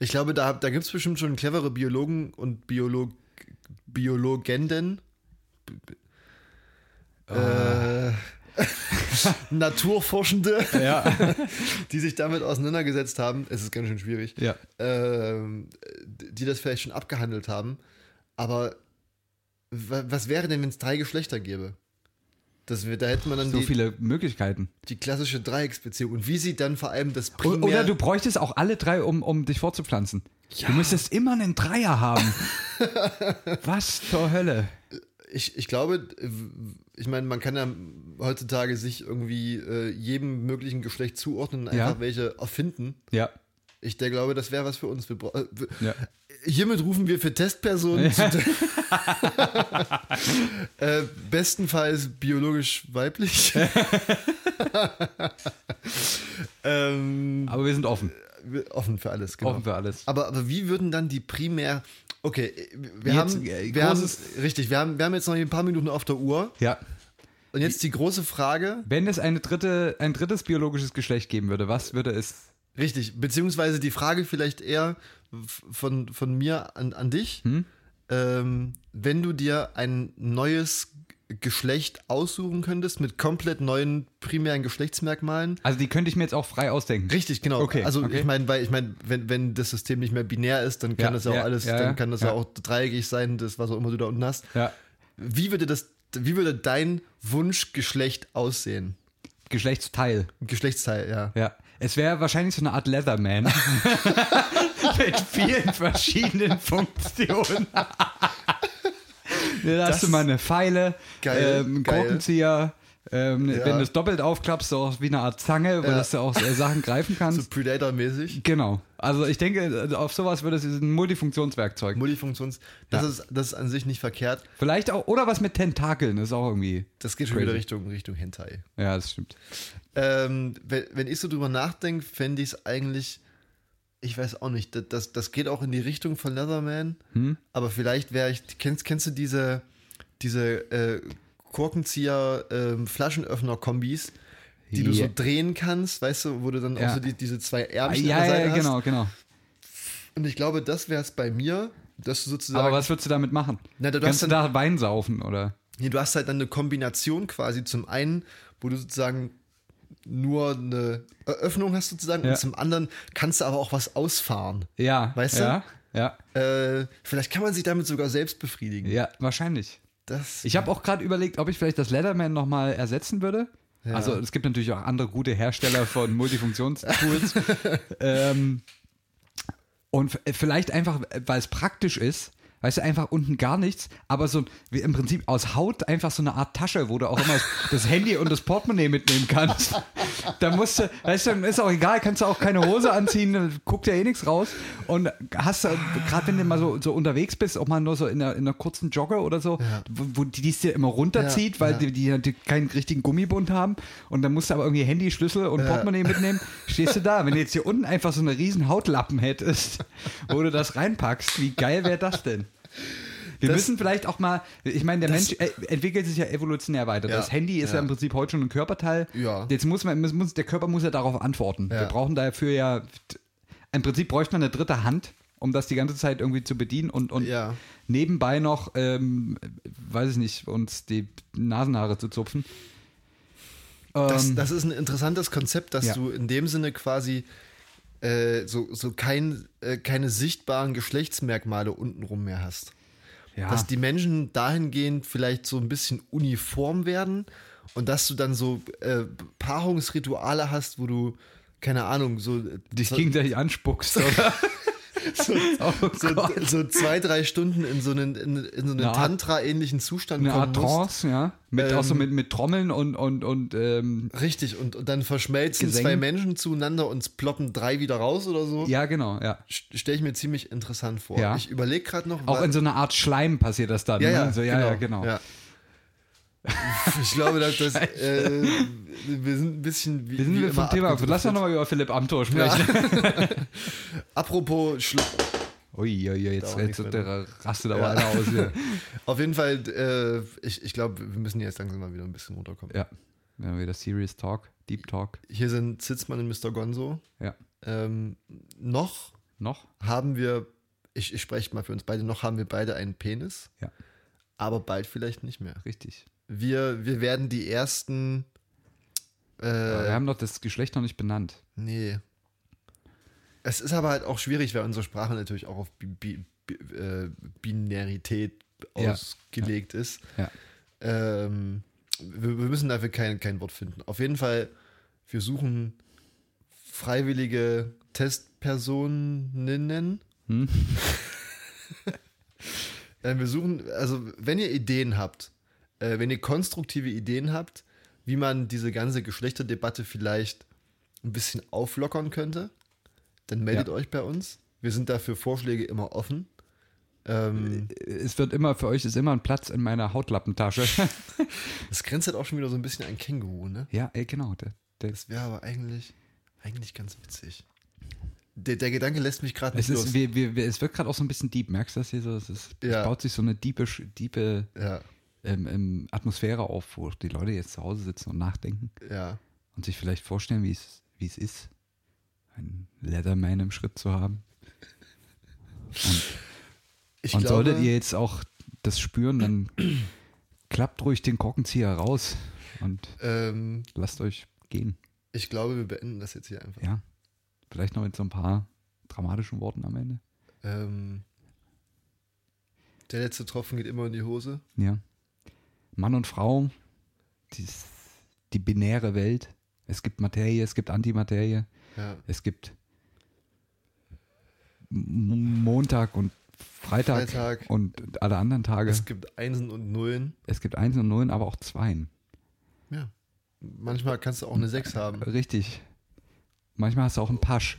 [SPEAKER 3] Ich glaube, da, da gibt es bestimmt schon clevere Biologen und Biolog, Biologenden. B- b-
[SPEAKER 2] Ah.
[SPEAKER 3] Äh, Naturforschende,
[SPEAKER 2] Ja.
[SPEAKER 3] die sich damit auseinandergesetzt haben. Es ist ganz schön schwierig.
[SPEAKER 2] ja.
[SPEAKER 3] Ähm, die das vielleicht schon abgehandelt haben. Aber wa- was wäre denn, wenn es drei Geschlechter gäbe? Das, wär- da hätte man dann
[SPEAKER 2] So
[SPEAKER 3] die,
[SPEAKER 2] viele Möglichkeiten.
[SPEAKER 3] die klassische Dreiecksbeziehung. Und wie sieht dann vor allem das
[SPEAKER 2] O-
[SPEAKER 3] primär...
[SPEAKER 2] Oder du bräuchtest auch alle drei, um, um dich vorzupflanzen. Du müsstest immer einen Dreier haben. Was zur Hölle?
[SPEAKER 3] Ich, ich glaube, w- ich meine, man kann ja heutzutage sich irgendwie äh, jedem möglichen Geschlecht zuordnen und einfach
[SPEAKER 2] Ja.
[SPEAKER 3] welche erfinden.
[SPEAKER 2] Ja.
[SPEAKER 3] Ich der glaube, das wäre was für uns. Wir bra- äh, wir-
[SPEAKER 2] ja.
[SPEAKER 3] Hiermit rufen wir für Testpersonen zu äh, bestenfalls biologisch weiblich. ähm,
[SPEAKER 2] Aber wir sind offen.
[SPEAKER 3] wir- offen für alles, genau.
[SPEAKER 2] Offen für alles.
[SPEAKER 3] Aber, aber wie würden dann die primär. Okay, wir,
[SPEAKER 2] Jetzt,
[SPEAKER 3] haben,
[SPEAKER 2] äh,
[SPEAKER 3] wir haben.
[SPEAKER 2] großes-
[SPEAKER 3] Richtig, wir haben, wir haben jetzt noch ein paar Minuten auf der Uhr.
[SPEAKER 2] Ja.
[SPEAKER 3] Und jetzt die große Frage,
[SPEAKER 2] Wenn es eine dritte, ein drittes biologisches Geschlecht geben würde, was würde es?
[SPEAKER 3] richtig, beziehungsweise die Frage vielleicht eher f- von, von mir an, an dich.
[SPEAKER 2] Hm?
[SPEAKER 3] Ähm, wenn du dir ein neues G- Geschlecht aussuchen könntest mit komplett neuen primären Geschlechtsmerkmalen.
[SPEAKER 2] Also die könnte ich mir jetzt auch frei ausdenken.
[SPEAKER 3] Richtig, genau.
[SPEAKER 2] Okay,
[SPEAKER 3] also
[SPEAKER 2] okay.
[SPEAKER 3] ich meine, weil ich meine, wenn, wenn das System nicht mehr binär ist, dann kann
[SPEAKER 2] Ja,
[SPEAKER 3] das ja auch
[SPEAKER 2] ja,
[SPEAKER 3] alles,
[SPEAKER 2] ja, ja,
[SPEAKER 3] dann kann das ja,
[SPEAKER 2] ja.
[SPEAKER 3] auch dreieckig sein, das was auch immer du da unten hast.
[SPEAKER 2] Ja.
[SPEAKER 3] Wie würde das, wie würde dein Wunschgeschlecht aussehen?
[SPEAKER 2] Geschlechtsteil.
[SPEAKER 3] Geschlechtsteil, ja.
[SPEAKER 2] Ja. Es wäre wahrscheinlich so eine Art Leatherman. Mit vielen verschiedenen Funktionen. da hast
[SPEAKER 3] Das-
[SPEAKER 2] du mal eine Pfeile,
[SPEAKER 3] Geil,
[SPEAKER 2] ähm, einen
[SPEAKER 3] geil.
[SPEAKER 2] Korkenzieher. Ähm,
[SPEAKER 3] Ja.
[SPEAKER 2] Wenn du es doppelt aufklappst, so auch wie eine Art Zange, wo dass du auch äh, Sachen greifen
[SPEAKER 3] So
[SPEAKER 2] kannst.
[SPEAKER 3] Predator-mäßig.
[SPEAKER 2] genau. Also ich denke, auf sowas würde es ist ein Multifunktionswerkzeug.
[SPEAKER 3] Multifunktions. Das,
[SPEAKER 2] Ja.
[SPEAKER 3] ist, das ist an sich nicht verkehrt.
[SPEAKER 2] Vielleicht auch, oder was mit Tentakeln, ist auch irgendwie.
[SPEAKER 3] Das geht schon
[SPEAKER 2] Crazy.
[SPEAKER 3] wieder Richtung, Richtung Hentai.
[SPEAKER 2] Ja, das stimmt.
[SPEAKER 3] Ähm, wenn, wenn ich so drüber nachdenke, fände ich es eigentlich ich weiß auch nicht, das, das, das geht auch in die Richtung von Leatherman,
[SPEAKER 2] Hm?
[SPEAKER 3] aber vielleicht wäre ich, kennst, kennst du diese, diese äh, Korkenzieher-Flaschenöffner-Kombis, die du
[SPEAKER 2] Ja.
[SPEAKER 3] so drehen kannst, weißt du, wo du dann
[SPEAKER 2] Ja.
[SPEAKER 3] auch so die, diese zwei
[SPEAKER 2] Ah,
[SPEAKER 3] Ärmchen an
[SPEAKER 2] ja,
[SPEAKER 3] der Seite
[SPEAKER 2] ja,
[SPEAKER 3] hast.
[SPEAKER 2] genau, genau.
[SPEAKER 3] Und ich glaube, das wäre es bei mir, dass du sozusagen,
[SPEAKER 2] Aber was würdest du damit machen?
[SPEAKER 3] Na, du
[SPEAKER 2] Kannst
[SPEAKER 3] darfst
[SPEAKER 2] du da Wein saufen, oder?
[SPEAKER 3] nee, du hast halt dann eine Kombination quasi zum einen, wo du sozusagen nur eine Eröffnung hast sozusagen
[SPEAKER 2] Ja.
[SPEAKER 3] und zum anderen kannst du aber auch was ausfahren.
[SPEAKER 2] Ja.
[SPEAKER 3] Weißt du?
[SPEAKER 2] ja, Ja,
[SPEAKER 3] Äh, vielleicht kann man sich damit sogar selbst befriedigen.
[SPEAKER 2] ja, wahrscheinlich.
[SPEAKER 3] Das
[SPEAKER 2] Ich habe auch gerade überlegt, ob ich vielleicht das Leatherman nochmal ersetzen würde. Also es gibt natürlich auch andere gute Hersteller von Multifunktionstools. ähm, und f- vielleicht einfach, äh, weil es praktisch ist, weißt du, einfach unten gar nichts, aber so wie im Prinzip aus Haut einfach so eine Art Tasche, wo du auch immer das- das Handy und das Portemonnaie mitnehmen kannst. Da musst du, weißt du, dann ist auch egal, kannst du auch keine Hose anziehen, dann guckt ja eh nichts raus. Und hast du, gerade wenn du mal so, so unterwegs bist, auch mal nur so in einer, in einer kurzen Jogger oder so, wo, wo die dies dir immer runterzieht,
[SPEAKER 3] Ja,
[SPEAKER 2] weil
[SPEAKER 3] ja.
[SPEAKER 2] Die, die, die keinen richtigen Gummibund haben und dann musst du aber irgendwie Handy, Schlüssel und Portemonnaie mitnehmen, stehst du da. Wenn du jetzt hier unten einfach so eine riesen Hautlappen hättest, wo du das reinpackst, wie geil wäre das denn? Wir müssen vielleicht auch mal, ich meine, der Mensch äh, entwickelt sich ja evolutionär weiter.
[SPEAKER 3] Ja,
[SPEAKER 2] das Handy ist ja.
[SPEAKER 3] ja.
[SPEAKER 2] im Prinzip heute schon ein Körperteil.
[SPEAKER 3] Ja.
[SPEAKER 2] Jetzt muss man, muss, muss, der Körper muss ja darauf antworten.
[SPEAKER 3] Ja.
[SPEAKER 2] Wir brauchen dafür ja, im Prinzip bräuchte man eine dritte Hand, um das die ganze Zeit irgendwie zu bedienen und, und
[SPEAKER 3] Ja.
[SPEAKER 2] nebenbei noch, ähm, weiß ich nicht, uns die Nasenhaare zu zupfen.
[SPEAKER 3] Das,
[SPEAKER 2] Ähm,
[SPEAKER 3] das ist ein interessantes Konzept, dass
[SPEAKER 2] ja.
[SPEAKER 3] du in dem Sinne quasi äh, so, so kein, äh, keine sichtbaren Geschlechtsmerkmale untenrum mehr hast.
[SPEAKER 2] ja.
[SPEAKER 3] Dass die Menschen dahingehend vielleicht so ein bisschen uniform werden und dass du dann so äh, Paarungsrituale hast, wo du, keine Ahnung, so,
[SPEAKER 2] dich
[SPEAKER 3] so,
[SPEAKER 2] gegenseitig anspuckst, oder?
[SPEAKER 3] so,
[SPEAKER 2] Oh
[SPEAKER 3] so,
[SPEAKER 2] Gott.
[SPEAKER 3] so zwei, drei Stunden in so einen, in, in so einen
[SPEAKER 2] Eine Art-
[SPEAKER 3] Tantra-ähnlichen Zustand
[SPEAKER 2] Eine
[SPEAKER 3] kommen
[SPEAKER 2] Art
[SPEAKER 3] musst.
[SPEAKER 2] Trance, ja. Mit, auch
[SPEAKER 3] Ähm.
[SPEAKER 2] so mit, mit Trommeln und, und, und ähm,
[SPEAKER 3] Richtig, und, und dann verschmelzen
[SPEAKER 2] Gesängen.
[SPEAKER 3] zwei Menschen zueinander und es ploppen drei wieder raus oder so.
[SPEAKER 2] ja, genau, ja.
[SPEAKER 3] stelle ich mir ziemlich interessant vor.
[SPEAKER 2] Ja.
[SPEAKER 3] Ich überlege gerade noch,
[SPEAKER 2] Auch
[SPEAKER 3] wa-
[SPEAKER 2] in so einer Art Schleim passiert das dann.
[SPEAKER 3] ja,
[SPEAKER 2] ne?
[SPEAKER 3] ja,
[SPEAKER 2] so, ja, ja, genau.
[SPEAKER 3] ja. Ich glaube, dass das, äh, wir sind ein bisschen wie,
[SPEAKER 2] Wir sind
[SPEAKER 3] wie
[SPEAKER 2] wir vom
[SPEAKER 3] immer
[SPEAKER 2] Thema.
[SPEAKER 3] abgedriftet.
[SPEAKER 2] Lass doch nochmal über Philipp Amthor sprechen.
[SPEAKER 3] Apropos, Schl
[SPEAKER 2] Uiuiui, jetzt,
[SPEAKER 3] war nichts
[SPEAKER 2] jetzt
[SPEAKER 3] mehr
[SPEAKER 2] der rastet aber einer aus. hier.
[SPEAKER 3] auf jeden Fall, äh, ich, ich glaube, wir müssen jetzt langsam mal wieder ein bisschen runterkommen.
[SPEAKER 2] Ja. Wir haben wieder Serious Talk, Deep Talk.
[SPEAKER 3] Hier sind Zitzmann und Mr. Gonzo.
[SPEAKER 2] Ja.
[SPEAKER 3] Ähm, noch
[SPEAKER 2] Noch?
[SPEAKER 3] haben wir, ich, ich spreche mal für uns beide, noch haben wir beide einen Penis.
[SPEAKER 2] Ja.
[SPEAKER 3] Aber bald vielleicht nicht mehr.
[SPEAKER 2] Richtig.
[SPEAKER 3] Wir, wir werden die ersten.
[SPEAKER 2] Aber
[SPEAKER 3] Äh,
[SPEAKER 2] wir haben doch das Geschlecht noch nicht benannt.
[SPEAKER 3] Nee. Es ist aber halt auch schwierig, weil unsere Sprache natürlich auch auf Bi Bi Bi äh, Binarität
[SPEAKER 2] Ja.
[SPEAKER 3] ausgelegt ist.
[SPEAKER 2] Ja.
[SPEAKER 3] Ähm, wir, wir müssen dafür kein, kein Wort finden. Auf jeden Fall, wir suchen freiwillige Testpersoninnen.
[SPEAKER 2] Hm?
[SPEAKER 3] Äh, wir suchen, also wenn ihr Ideen habt, äh, wenn ihr konstruktive Ideen habt, wie man diese ganze Geschlechterdebatte vielleicht ein bisschen auflockern könnte, dann meldet
[SPEAKER 2] Ja.
[SPEAKER 3] euch bei uns. Wir sind dafür Vorschläge immer offen. Ähm,
[SPEAKER 2] Es wird immer, für euch ist immer ein Platz in meiner Hautlappentasche. Äh.
[SPEAKER 3] das grenzt halt auch schon wieder so ein bisschen an Känguru, ne?
[SPEAKER 2] ja, ey, genau. Der, der,
[SPEAKER 3] Das wäre aber eigentlich, eigentlich ganz witzig. Der, der Gedanke lässt mich gerade
[SPEAKER 2] es,
[SPEAKER 3] nicht los.
[SPEAKER 2] ist, wir, wir, wir, es wird gerade auch so ein bisschen deep. Merkst du das hier so? Es, ist,
[SPEAKER 3] Ja.
[SPEAKER 2] es baut sich so eine diepe, Sch- diepe
[SPEAKER 3] ja,
[SPEAKER 2] ähm, ähm, Atmosphäre auf, wo die Leute jetzt zu Hause sitzen und nachdenken
[SPEAKER 3] ja.
[SPEAKER 2] und sich vielleicht vorstellen, wie es wie es ist, einen Leatherman im Schritt zu haben.
[SPEAKER 3] Ich
[SPEAKER 2] und
[SPEAKER 3] glaube,
[SPEAKER 2] solltet ihr jetzt auch das spüren, dann klappt ruhig den Korkenzieher raus und
[SPEAKER 3] ähm,
[SPEAKER 2] lasst euch gehen.
[SPEAKER 3] ich glaube, wir beenden das jetzt hier einfach.
[SPEAKER 2] Ja. Vielleicht noch mit so ein paar dramatischen Worten am Ende.
[SPEAKER 3] Ähm, der letzte Tropfen geht immer in die Hose.
[SPEAKER 2] Ja. Mann und Frau, die, die binäre Welt. Es gibt Materie, es gibt Antimaterie,
[SPEAKER 3] Ja.
[SPEAKER 2] es gibt M- Montag und Freitag,
[SPEAKER 3] Freitag.
[SPEAKER 2] und alle anderen Tage.
[SPEAKER 3] Es
[SPEAKER 2] Es,
[SPEAKER 3] gibt Einsen und Nullen.
[SPEAKER 2] gibt Einsen und Nullen, aber auch Zweien.
[SPEAKER 3] Ja. Manchmal kannst du auch eine 6 haben.
[SPEAKER 2] Richtig. Manchmal hast du auch einen Pasch.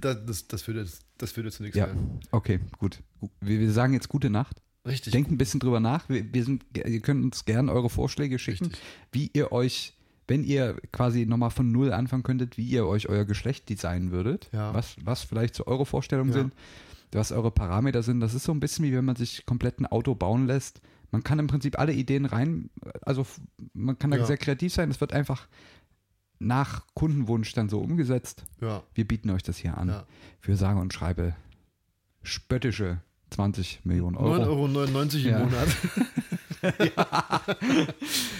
[SPEAKER 3] Das, das, das, führt, jetzt, das führt jetzt zu nichts
[SPEAKER 2] Ja,
[SPEAKER 3] mehr.
[SPEAKER 2] okay, gut. Gu- Wir, wir sagen jetzt gute Nacht.
[SPEAKER 3] Richtig.
[SPEAKER 2] Denkt ein bisschen drüber nach. Wir, wir sind, ihr könnt uns gerne eure Vorschläge schicken,
[SPEAKER 3] Richtig.
[SPEAKER 2] wie ihr euch wenn ihr quasi nochmal von Null anfangen könntet, wie ihr euch euer Geschlecht designen würdet,
[SPEAKER 3] Ja.
[SPEAKER 2] was, was vielleicht so eure Vorstellungen
[SPEAKER 3] Ja.
[SPEAKER 2] sind, was eure Parameter sind, das ist so ein bisschen wie wenn man sich komplett ein Auto bauen lässt. Man kann im Prinzip alle Ideen rein, also f- man kann da
[SPEAKER 3] Ja.
[SPEAKER 2] sehr kreativ sein, es wird einfach nach Kundenwunsch dann so umgesetzt.
[SPEAKER 3] Ja,
[SPEAKER 2] Wir bieten euch das hier an.
[SPEAKER 3] Ja.
[SPEAKER 2] Für sage und schreibe spöttische 20 Millionen Euro.
[SPEAKER 3] 9,99 Euro
[SPEAKER 2] Ja.
[SPEAKER 3] im Monat.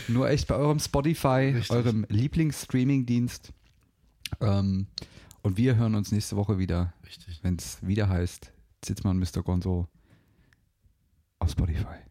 [SPEAKER 2] Nur echt bei eurem Spotify,
[SPEAKER 3] Richtig.
[SPEAKER 2] eurem Lieblingsstreaming-Dienst. Ähm, und wir hören uns nächste Woche wieder,
[SPEAKER 3] Richtig.
[SPEAKER 2] wenn es wieder heißt Zitzmann Mr. Gonzo auf Spotify.